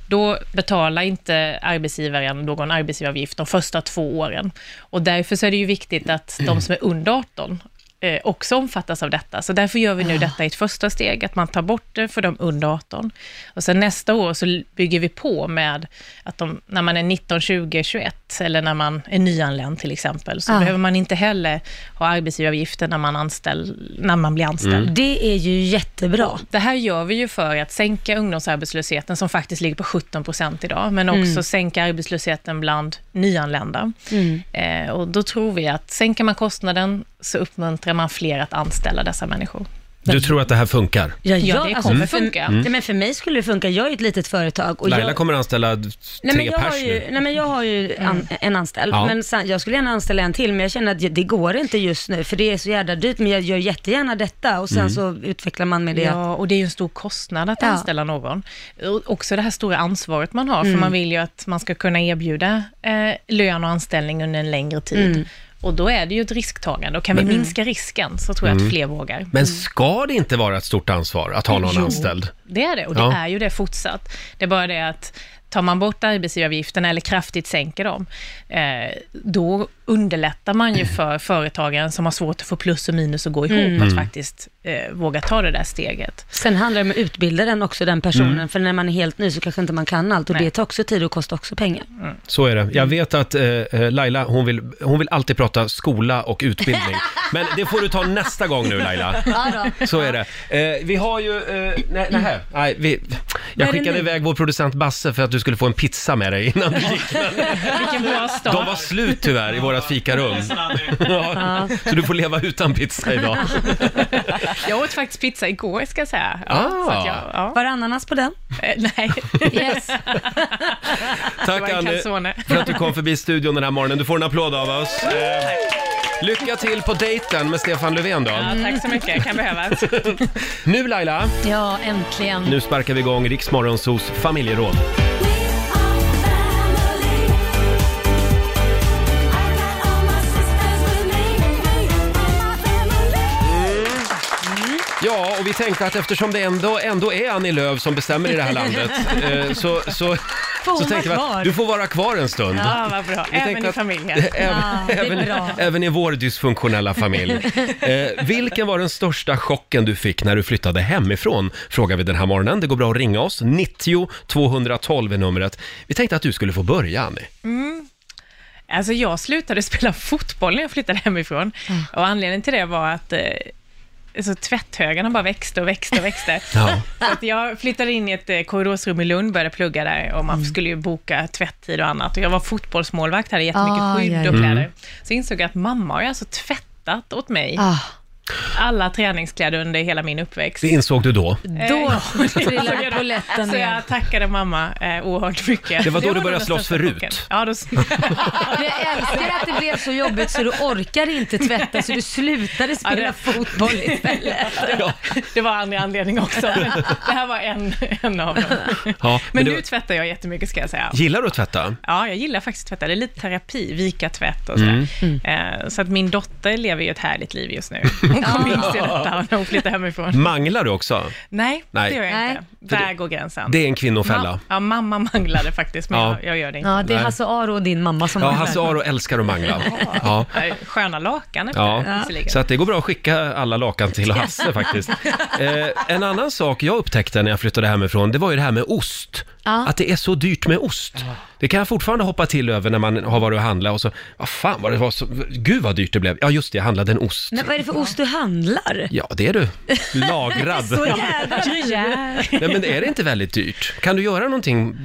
Speaker 9: Då betalar inte arbetsgivaren någon arbetsgivaravgift de första två åren. Och därför så är det ju viktigt att de som är under 18 eh, också omfattas av detta. Så därför gör vi nu detta i ett första steg, att man tar bort det för de under 18. Och sen nästa år så l- bygger vi på med att de, när man är 19, 20, 21 eller när man är nyanländ till exempel, så
Speaker 2: Ah.
Speaker 9: behöver man inte heller ha arbetsgivaravgifter när man, anställ, när man blir anställd.
Speaker 1: Mm.
Speaker 2: Det är ju jättebra.
Speaker 9: Det här gör vi ju för att sänka ungdomsarbetslösheten som faktiskt ligger på 17 procent idag, men också sänka arbetslösheten bland nyanlända. Eh, och då tror vi att sänker man kostnaden så uppmuntrar man fler att anställa dessa människor.
Speaker 1: Du tror att det här funkar?
Speaker 2: Ja,
Speaker 9: Ja,
Speaker 2: jag-
Speaker 9: det
Speaker 2: alltså,
Speaker 9: kommer
Speaker 2: för-
Speaker 9: funka.
Speaker 2: Nej, men för mig skulle det funka, jag är ju ett litet företag. Och
Speaker 1: Mm. Laila
Speaker 2: jag,
Speaker 1: kommer att anställa tre
Speaker 2: nej, men jag har
Speaker 1: pers
Speaker 2: ju,
Speaker 1: nu. Mm.
Speaker 2: nej men jag har ju an, en anställd,
Speaker 1: Ja.
Speaker 2: men sen, jag skulle gärna anställa en till, men jag känner att jag- det går inte just nu, för det är så jävla dyrt, men jag gör jättegärna detta och sen
Speaker 1: Mm.
Speaker 2: så utvecklar man med det.
Speaker 9: Ja, och det är ju en stor kostnad att
Speaker 2: Ja.
Speaker 9: anställa någon. Och också det här stora ansvaret man har, för man vill ju att man ska kunna erbjuda eh, lön och anställning under en längre tid. Och då är det ju ett risktagande och kan vi minska risken så tror jag att fler vågar.
Speaker 1: Men ska det inte vara ett stort ansvar att ha någon anställd?
Speaker 9: Det är det, och det
Speaker 1: Ja.
Speaker 9: är ju det fortsatt. Det är bara det att tar man bort arbetsgivaravgifterna eller kraftigt sänker dem, eh, då underlättar man
Speaker 1: [CLEARS THROAT]
Speaker 9: ju för företagaren som har svårt att få plus och minus att gå ihop,
Speaker 1: Mm.
Speaker 9: att faktiskt eh, våga ta det där steget.
Speaker 2: Sen handlar det om att utbilda den också, den personen,
Speaker 1: Mm.
Speaker 2: för när man är helt ny så kanske inte man kan allt och
Speaker 9: Nej.
Speaker 2: det tar också tid och kostar också pengar.
Speaker 1: Så är det.
Speaker 2: Mm.
Speaker 1: Jag vet att eh, eh, Laila, hon vill, hon vill alltid prata skola och
Speaker 2: [LAUGHS]
Speaker 1: utbildning. Men det får du ta nästa gång nu Laila.
Speaker 2: Ja, då.
Speaker 1: Så är det. Eh, vi har ju... Eh, nej, nej, nej vi, jag
Speaker 2: är det
Speaker 1: skickade
Speaker 2: nu?
Speaker 1: iväg vår producent Basse för att du skulle få en pizza med dig innan du gick.
Speaker 9: Vilken
Speaker 1: [LAUGHS]
Speaker 9: bra start.
Speaker 1: De var slut tyvärr i vårat fikarum. [LAUGHS] Ja, så du får leva utan pizza idag.
Speaker 9: Jag åt faktiskt pizza igår, ska jag säga. Ja,
Speaker 1: Ah.
Speaker 9: så att jag, ja.
Speaker 2: [LAUGHS] Var det ananas på den?
Speaker 9: Eh, Nej,
Speaker 2: Yes.
Speaker 9: det var
Speaker 1: Tack
Speaker 9: en
Speaker 1: Anne
Speaker 9: calzone.
Speaker 1: för att du kom förbi studion den här morgonen. Du får en applåd av oss. Eh, lycka till på dejten med Stefan Löfven då.
Speaker 9: Ja, tack så mycket,
Speaker 1: [LAUGHS]
Speaker 9: kan behövas.
Speaker 1: Nu Laila,
Speaker 2: ja, äntligen.
Speaker 1: nu sparkar vi igång Riksmorgonsos familjeråd. Ja, och vi tänkte att eftersom det ändå, ändå är Annie Lööf som bestämmer i det här
Speaker 9: [LAUGHS]
Speaker 1: landet eh, så, så,
Speaker 2: Får
Speaker 1: så
Speaker 2: hon vara
Speaker 1: tänkte vi att
Speaker 2: kvar?
Speaker 1: du får vara kvar en stund.
Speaker 9: Ja, vad bra.
Speaker 1: Vi
Speaker 9: Även
Speaker 1: tänkte
Speaker 9: i
Speaker 1: att-
Speaker 9: familjen.
Speaker 1: Även,
Speaker 2: Ah, det är
Speaker 1: även,
Speaker 2: bra.
Speaker 1: även i vår dysfunktionella
Speaker 2: [LAUGHS]
Speaker 1: familj. Eh, vilken var den största chocken du fick när du flyttade hemifrån? Frågar vi den här morgonen. Det går bra att ringa oss. 90 212 är numret. Vi tänkte att du skulle få börja, Annie.
Speaker 9: Alltså jag slutade [LAUGHS] spela fotboll när jag flyttade hemifrån.
Speaker 1: Mm.
Speaker 9: Och anledningen till det var att eh, alltså, tvätthögarna bara växte och växte och växte.
Speaker 1: [LAUGHS] Ja.
Speaker 9: Så att jag flyttade in i ett eh, korridorsrum i Lund, började plugga där och man
Speaker 1: Mm.
Speaker 9: skulle ju boka tvätttid och annat. Och jag var fotbollsmålvakt, hade jättemycket
Speaker 2: Ah,
Speaker 9: skydd
Speaker 2: ja, ja.
Speaker 9: och
Speaker 1: Mm.
Speaker 9: kläder. Så jag insåg jag att mamma har ju alltså tvättat åt mig
Speaker 2: Ah,
Speaker 9: alla träningskläder under hela min uppväxt.
Speaker 1: Det insåg du då.
Speaker 9: [LAUGHS]
Speaker 2: då trillar
Speaker 9: jag-
Speaker 2: polletten
Speaker 9: Så [LAUGHS]
Speaker 2: ner.
Speaker 9: jag tackade mamma eh, oerhört mycket.
Speaker 1: Det var då du
Speaker 9: nog
Speaker 1: började
Speaker 9: den
Speaker 1: slåss
Speaker 9: största
Speaker 1: för
Speaker 9: chocken.
Speaker 1: RUT.
Speaker 9: Ja, [LAUGHS] då...
Speaker 2: Men Jag älskar att det blev så jobbigt så du orkade inte tvätta så du slutade spela
Speaker 9: Ja, det-
Speaker 2: fotboll istället.
Speaker 9: [LAUGHS] Det var andra anledningar också. Men det här var en, en av dem.
Speaker 1: Ja, men
Speaker 9: Men
Speaker 1: det-
Speaker 9: nu tvättar jag jättemycket ska jag säga.
Speaker 1: Gillar du att tvätta?
Speaker 9: Ja, jag gillar faktiskt att tvätta. Det är lite terapi, vika tvätt och
Speaker 1: Mm.
Speaker 9: sådär.
Speaker 2: Mm.
Speaker 9: Eh, Så att min dotter lever ju ett
Speaker 1: [LAUGHS]
Speaker 9: härligt liv just nu. Hon kommer inse detta när hon flyttar hemifrån.
Speaker 1: Manglar du också?
Speaker 9: Nej,
Speaker 1: Mm. Nej.
Speaker 9: det gör jag
Speaker 2: Nej.
Speaker 9: inte. där går gränsen.
Speaker 1: Det är en kvinnofälla.
Speaker 9: Ma- ja, mamma manglade faktiskt, men
Speaker 1: Ja.
Speaker 9: jag, jag gör det inte.
Speaker 2: Ja, det är
Speaker 1: Nej.
Speaker 2: Hasse Aro och din mamma som
Speaker 1: Ja,
Speaker 2: har-
Speaker 1: Hasse Aro älskar att mangla. Ja.
Speaker 9: Eh, Sköna lakan efter
Speaker 1: Ja,
Speaker 9: det, visserligen.
Speaker 1: så att det går bra att skicka alla lakan till Hasse faktiskt. Eh, en annan sak jag upptäckte när jag flyttade hemifrån, det var ju det här med ost.
Speaker 2: Ja.
Speaker 1: Att det är så dyrt med ost. Det kan jag fortfarande hoppa till över när man har varit och handlat och så, vad fan var det var så, gud vad dyrt det blev. Ja just det, jag handlade en ost.
Speaker 2: Men vad är det för ost du handlar?
Speaker 1: Ja, det är du. Lagrad.
Speaker 2: Så jävla dyrt.
Speaker 1: Nej, men är det inte väldigt dyrt? Kan du göra någonting?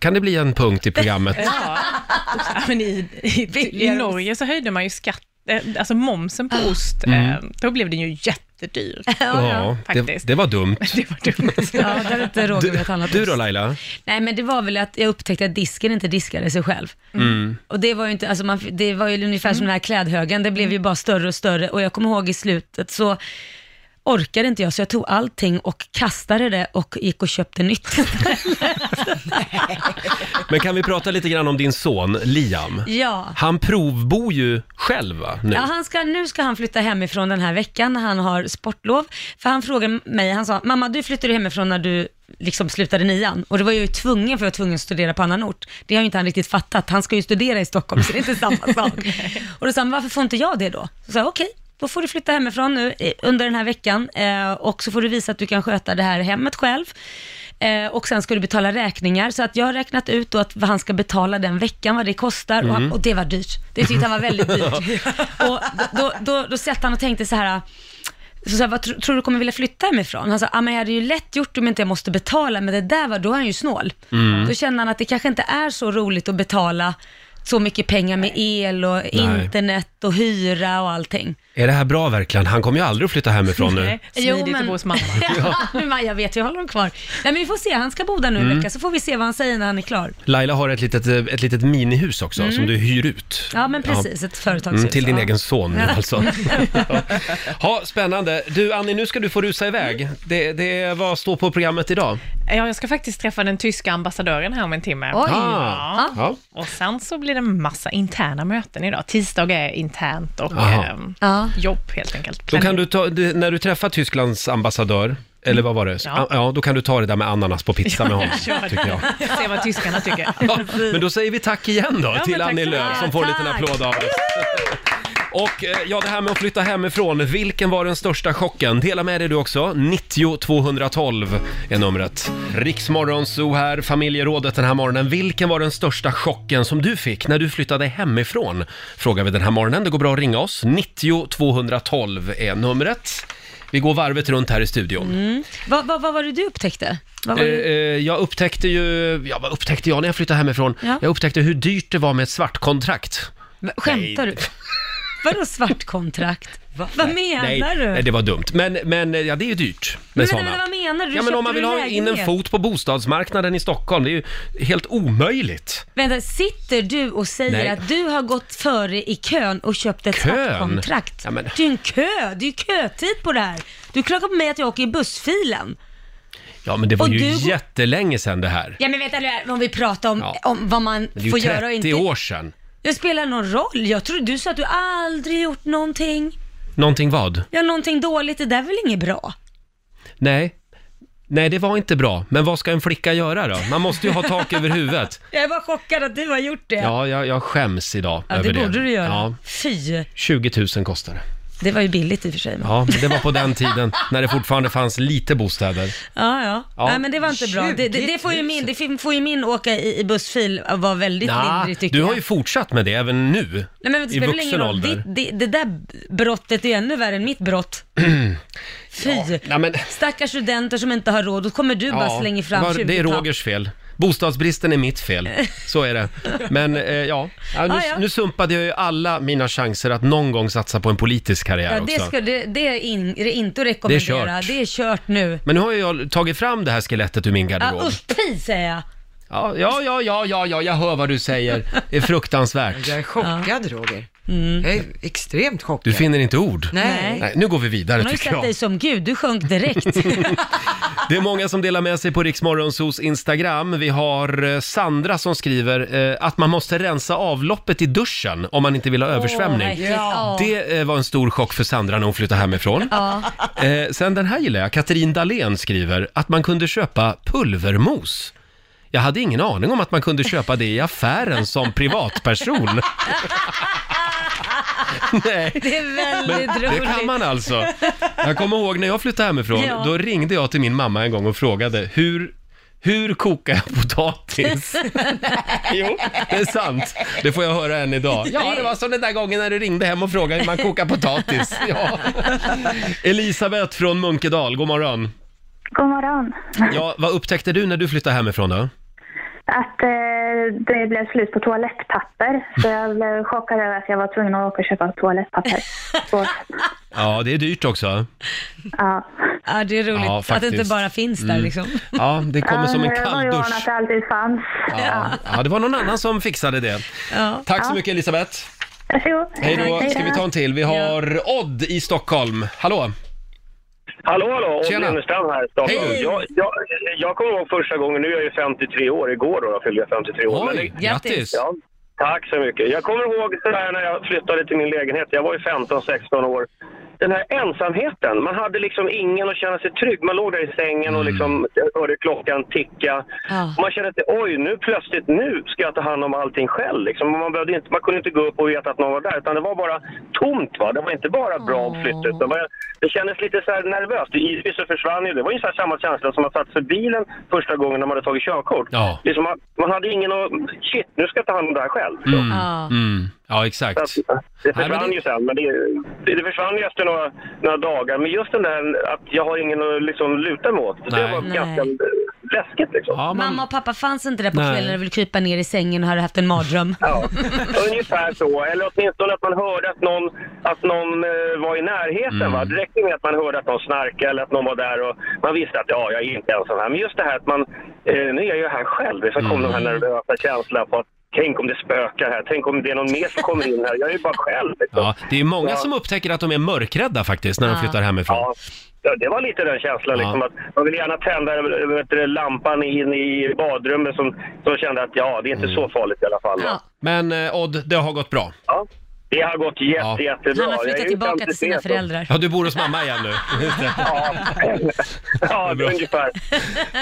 Speaker 1: Kan det bli en punkt i programmet?
Speaker 9: Ja. Ja, men i, i, I Norge så höjde man ju skatt, eh, alltså momsen
Speaker 2: Ah.
Speaker 9: på ost,
Speaker 1: Mm.
Speaker 9: eh, då blev den ju
Speaker 2: [LAUGHS]
Speaker 9: jättedyr.
Speaker 1: Ja, det,
Speaker 9: faktiskt.
Speaker 1: det var dumt.
Speaker 9: [LAUGHS] Det var dumt.
Speaker 2: Ja, där har inte Roger
Speaker 1: Du,
Speaker 2: vet annat
Speaker 1: du
Speaker 2: ost.
Speaker 1: då Laila?
Speaker 2: Nej men det var väl att jag upptäckte att disken inte diskade sig själv.
Speaker 1: Mm.
Speaker 2: Och det var ju inte, alltså man, det var ju ungefär som den här klädhögen, det blev ju bara större och större och jag kommer ihåg i slutet så orkade inte jag så jag tog allting och kastade det och gick och
Speaker 1: [LAUGHS]
Speaker 2: köpte nytt.
Speaker 1: Men kan vi prata lite grann om din son Liam?
Speaker 2: ja.
Speaker 1: Han provbor ju själv va, nu?
Speaker 2: Ja, han ska, nu ska han flytta hemifrån den här veckan när han har sportlov. För han frågade mig, han sa, mamma du flyttade hemifrån när du liksom slutade nian. Och det var jag ju tvungen för jag var tvungen att studera på annan ort. Det har ju inte han riktigt fattat. Han ska ju studera i Stockholm så det är inte samma sak. och då sa han, varför får inte jag det då? Så sa jag, okej. Då får du flytta hemifrån nu eh, under den här veckan eh, och så får du visa att du kan sköta det här hemmet själv. Eh, och sen ska du betala räkningar. Så att jag har räknat ut då att vad han ska betala den veckan, vad det kostar. Och, han, och det var dyrt. Det tyckte han var väldigt dyrt. och då, då, då satt han och tänkte så här, så sa jag, vad tro, tror du kommer vilja flytta hemifrån? Han sa, ah, men jag hade ju lätt gjort det om inte jag måste betala, men det där var, då är han ju snål. Då kände han att det kanske inte är så roligt att betala så mycket pengar med el och internet och hyra och allting.
Speaker 1: Är det här bra verkligen? Han kommer ju aldrig att flytta hemifrån
Speaker 2: [LAUGHS]
Speaker 1: nu.
Speaker 9: Nej, Smidigt
Speaker 2: men-
Speaker 9: att bo
Speaker 2: [LAUGHS]
Speaker 9: hos mamma.
Speaker 2: Men man- jag vet, jag håller dem kvar. Nej men vi får se, han ska bo där nu en
Speaker 1: Mm.
Speaker 2: vecka, så får vi se vad han säger när han är klar.
Speaker 1: Laila har ett litet, eh, ett litet minihus också som du hyr ut.
Speaker 2: Mm. Ja men precis, ett företagshus.
Speaker 1: Mm, till din
Speaker 2: ja.
Speaker 1: egen son nu alltså.
Speaker 2: [LAUGHS]
Speaker 1: Ja. Ha, spännande. Du Annie, nu ska du få rusa iväg. Det, det var stå på programmet idag.
Speaker 9: Ja, jag ska faktiskt träffa den tyska ambassadören här om en timme.
Speaker 2: Oj.
Speaker 1: Ah. Ja.
Speaker 9: Och sen så blir det massa interna möten idag. Tisdag är internt och
Speaker 1: Jaha.
Speaker 9: ehm,
Speaker 2: Ja.
Speaker 9: jobb helt enkelt.
Speaker 1: Då kan du ta, du- när du träffar Tysklands ambassadör, eller vad var det?
Speaker 9: Ja.
Speaker 1: Ja. ja, då kan du ta det där med ananas på pizza
Speaker 2: [LAUGHS]
Speaker 1: med honom,
Speaker 9: Gör det.
Speaker 1: tycker jag.
Speaker 9: [LAUGHS] Se vad tyskarna tycker.
Speaker 1: Ja, men då säger vi tack igen då
Speaker 9: men
Speaker 1: till
Speaker 9: tack
Speaker 1: Annie
Speaker 9: så
Speaker 1: Lööf
Speaker 9: mycket.
Speaker 1: som får en liten
Speaker 2: Tack.
Speaker 1: applåd av oss. Och eh, ja, det här med att flytta hemifrån. Vilken var den största chocken? Dela med dig du också. 90 212 är numret. Riksmorgon, så här, familjerådet den här morgonen. Vilken var den största chocken som du fick när du flyttade hemifrån? Frågar vi den här morgonen. Det går bra att ringa oss. 90 212 är numret. Vi går varvet runt här i studion.
Speaker 2: Vad, vad, vad var det du upptäckte? Vad var
Speaker 1: Eh,
Speaker 2: det?
Speaker 1: eh, jag upptäckte ju, ja vad upptäckte jag när jag flyttade hemifrån?
Speaker 2: Ja.
Speaker 1: Jag upptäckte hur dyrt det var med ett svartkontrakt.
Speaker 2: Skämtar du? Vadå svart kontrakt? Vad menar
Speaker 1: Nej,
Speaker 2: du?
Speaker 1: nej, det var dumt. Men, men eh, ja, det är ju dyrt med
Speaker 2: men,
Speaker 1: sådana.
Speaker 2: men vad menar du? Du
Speaker 1: Ja, men
Speaker 2: köpte
Speaker 1: om man vill
Speaker 2: en
Speaker 1: ha in en
Speaker 2: lägenhet.
Speaker 1: fot på bostadsmarknaden i Stockholm, det är ju helt omöjligt.
Speaker 2: Vänta, sitter du och säger
Speaker 1: Nej.
Speaker 2: att du har gått före i kön och köpt ett
Speaker 1: Kön?
Speaker 2: svartkontrakt?
Speaker 1: Ja, men-
Speaker 2: Det är ju en kö, det är ju kötid på det här. Du klagar på mig att jag åker i bussfilen.
Speaker 1: Ja, men det var
Speaker 2: Och
Speaker 1: ju
Speaker 2: du går-
Speaker 1: jättelänge sedan det här.
Speaker 2: Ja men vänta nu här, om vi pratar om,
Speaker 1: Ja.
Speaker 2: om vad man
Speaker 1: Det är ju
Speaker 2: får
Speaker 1: 30
Speaker 2: göra och inte.
Speaker 1: år sedan.
Speaker 2: Det spelar någon roll. Jag tror du sa att du aldrig gjort någonting.
Speaker 1: Någonting vad?
Speaker 2: Ja, någonting dåligt, det där är väl inget bra?
Speaker 1: Nej. Nej, det var inte bra. Men vad ska en flicka göra då? Man måste ju ha tak [LAUGHS] över huvudet.
Speaker 2: Jag var chockad att du har gjort det.
Speaker 1: Ja, jag, jag skäms idag
Speaker 2: Ja,
Speaker 1: över
Speaker 2: det
Speaker 1: det.
Speaker 2: borde du göra.
Speaker 1: Ja,
Speaker 2: Fy,
Speaker 1: 20 000 kostar det.
Speaker 2: det var ju billigt i och för sig. men-
Speaker 1: Ja, men det var på den tiden när det fortfarande fanns lite bostäder.
Speaker 2: Ja, ja.
Speaker 1: Ja.
Speaker 2: Nej, men det var inte bra. Det, det, det, får, ju min, det fin- får ju min åka i, i bussfil och vara väldigt
Speaker 1: Nja,
Speaker 2: lindrigt tycker
Speaker 1: du har
Speaker 2: jag.
Speaker 1: ju fortsatt med det även nu.
Speaker 2: Nej, men det
Speaker 1: i
Speaker 2: spelar väl
Speaker 1: vuxen
Speaker 2: ingen roll.
Speaker 1: ålder.
Speaker 2: Det, det, det där brottet är ju ännu värre än
Speaker 1: [CLEARS THROAT]
Speaker 2: mitt brott. Fy.
Speaker 1: Nej, men,
Speaker 2: Stackars studenter som inte har råd, då kommer du bara slänga fram
Speaker 1: var-
Speaker 2: 20
Speaker 1: det är
Speaker 2: papp.
Speaker 1: Rogers fel. Bostadsbristen är mitt fel. Så är det. Men eh, ja, ja, nu,
Speaker 2: Ah, ja.
Speaker 1: nu sumpade jag ju alla mina chanser att någon gång satsa på en politisk karriär
Speaker 2: Ja, det,
Speaker 1: också.
Speaker 2: ska, det, det är in, det är inte att rekommendera.
Speaker 1: kört.
Speaker 2: Det är kört nu.
Speaker 1: Men nu har ju jag tagit fram det här skelettet ur min garderob.
Speaker 2: Ja, usch, pi säger jag. [LAUGHS]
Speaker 1: Ja, ja, ja, ja, ja, ja, jag hör vad du säger. Det är fruktansvärt.
Speaker 3: Jag är chockad Roger. Jag är extremt chockad.
Speaker 1: Du finner inte ord.
Speaker 3: Mm. Nej.
Speaker 1: Nej, nu går vi vidare
Speaker 2: Hon har ju
Speaker 1: tycker
Speaker 2: sett
Speaker 1: jag.
Speaker 2: dig som gud, du
Speaker 1: [LAUGHS]
Speaker 2: sjönk direkt.
Speaker 1: Det är många som delar med sig på Riksmorgonsos Instagram. Vi har eh, Sandra som skriver eh, att man måste rensa avloppet i duschen om man inte vill ha
Speaker 2: Åh,
Speaker 1: översvämning.
Speaker 2: verkligen. ja.
Speaker 1: Det eh, var en stor chock för Sandra när hon flyttade hemifrån.
Speaker 2: Ja.
Speaker 1: Eh, sen den här gillar jag. Katrin Dahlén skriver att man kunde köpa pulvermos. Jag hade ingen aning om att man kunde köpa det i affären som
Speaker 2: [LAUGHS]
Speaker 1: privatperson. Nej.
Speaker 2: Det är väldigt
Speaker 1: Men det
Speaker 2: roligt.
Speaker 1: kan man alltså. Jag kommer ihåg när jag flyttade hemifrån,
Speaker 2: Ja.
Speaker 1: då ringde jag till min mamma en gång och frågade hur hur kokar jag
Speaker 2: [LAUGHS]
Speaker 1: potatis? jo, det är sant. Det får jag höra än idag. Ja, det var som den där gången när du ringde hem och frågade hur man kokar
Speaker 2: [LAUGHS]
Speaker 1: potatis. Ja. Elisabeth från Munkedal, god morgon.
Speaker 10: God morgon.
Speaker 1: Ja, vad upptäckte du när du flyttade hemifrån då?
Speaker 10: Att eh, det blev slut på toalettpapper. Så jag blev chockad över att jag var tvungen att åka och köpa
Speaker 1: [LAUGHS]
Speaker 10: toalettpapper. Så,
Speaker 1: Ja, det är dyrt också.
Speaker 10: ja.
Speaker 2: Ja, det är roligt
Speaker 1: Ja,
Speaker 2: att det inte
Speaker 1: faktiskt. Mm.
Speaker 2: bara finns där liksom.
Speaker 1: Ja, det kommer som en
Speaker 10: jag var
Speaker 1: kall
Speaker 10: ju van att
Speaker 1: dusch.
Speaker 10: Eh, det alltid fanns.
Speaker 1: Ja, ja, det var någon annan som fixade det.
Speaker 2: Ja.
Speaker 1: Tack så mycket Elisabeth.
Speaker 10: Varsågod.
Speaker 1: Hej då, ska vi ta en till? Vi har Odd i Stockholm. Hallå!
Speaker 11: Hallå, hallå! Odd
Speaker 1: Tjena.
Speaker 11: Lennestam här i Stockholm.
Speaker 1: Hej.
Speaker 11: Jag, jag, jag kommer ihåg första gången, nu är jag ju 53 år, igår då, då fyllde jag 53 år. Men
Speaker 1: Oj,
Speaker 11: det,
Speaker 1: grattis!
Speaker 11: ja, tack så mycket. Jag kommer ihåg så här när jag flyttade till min lägenhet, jag var ju 15-16 år. Den här ensamheten, man hade liksom ingen att känna sig trygg. Man låg där i sängen
Speaker 1: Mm.
Speaker 11: och liksom hörde klockan ticka.
Speaker 2: Ja.
Speaker 11: Och Man kände att oj, nu plötsligt nu ska jag ta hand om allting själv. Liksom. Och Man, behövde inte, man kunde inte gå upp och veta att någon var där, utan det var bara tomt. Va? Det var inte bara bra
Speaker 2: Åh.
Speaker 11: flytt, utan det var- det kändes lite så här nervöst. Givetvis så försvann ju det. Det var ungefär samma känsla som att satsa sig i bilen första gången när man hade tagit körkort.
Speaker 1: Ja.
Speaker 11: Liksom man, man hade ingen att... Shit, nu ska jag ta hand om det här själv. Så.
Speaker 2: Ja.
Speaker 1: Mm, ja, exakt.
Speaker 11: Så att, Det
Speaker 1: Nej, men
Speaker 11: försvann
Speaker 1: det-
Speaker 11: ju sen, men det, det försvann ju efter några, några dagar. Men just den där att jag har ingen att liksom luta mig åt, det
Speaker 1: Nej.
Speaker 11: var
Speaker 2: Nej.
Speaker 11: ganska läskigt liksom.
Speaker 1: Ja, man,
Speaker 2: Mamma och pappa fanns inte där på
Speaker 1: Nej.
Speaker 2: kvällen när du ville krypa ner i sängen och hade haft en
Speaker 1: [LAUGHS]
Speaker 2: mardröm.
Speaker 11: Ja, ungefär så. Eller åtminstone att man hörde att någon, att någon eh, var i närheten.
Speaker 1: Mm.
Speaker 11: Va? Det räckte med att man hörde att någon snarkade eller att någon var där och man visste att ja, jag är inte ensam här. Men just det här att man, eh, nu är jag här själv. Så kom de här
Speaker 1: Mm.
Speaker 11: nervösa känslan på att tänk om det spökar här, tänk om det är någon mer som kommer in här. Jag är ju bara själv. Liksom.
Speaker 1: ja, det är många
Speaker 11: Ja.
Speaker 1: som upptäcker att de är mörkrädda faktiskt när de
Speaker 2: Ja.
Speaker 1: flyttar hemifrån.
Speaker 11: Ja, ja, det var lite den känslan.
Speaker 1: Ja.
Speaker 11: Liksom, att man ville gärna tända eh, vet du, lampan in i badrummet som, som kände att ja, det är
Speaker 1: Mm.
Speaker 11: inte så farligt i alla fall. va?
Speaker 2: Ja.
Speaker 1: Men eh, Odd, det har gått bra.
Speaker 11: Ja. Det har gått jätte,
Speaker 1: Ja.
Speaker 11: jättebra.
Speaker 2: Han har
Speaker 11: Jag är
Speaker 2: flyttat
Speaker 11: ju
Speaker 2: tillbaka till sina
Speaker 11: 53.
Speaker 2: föräldrar.
Speaker 1: Ja, du bor hos mamma igen nu.
Speaker 2: [LAUGHS]
Speaker 11: Ja, ja
Speaker 1: bra.
Speaker 11: ungefär.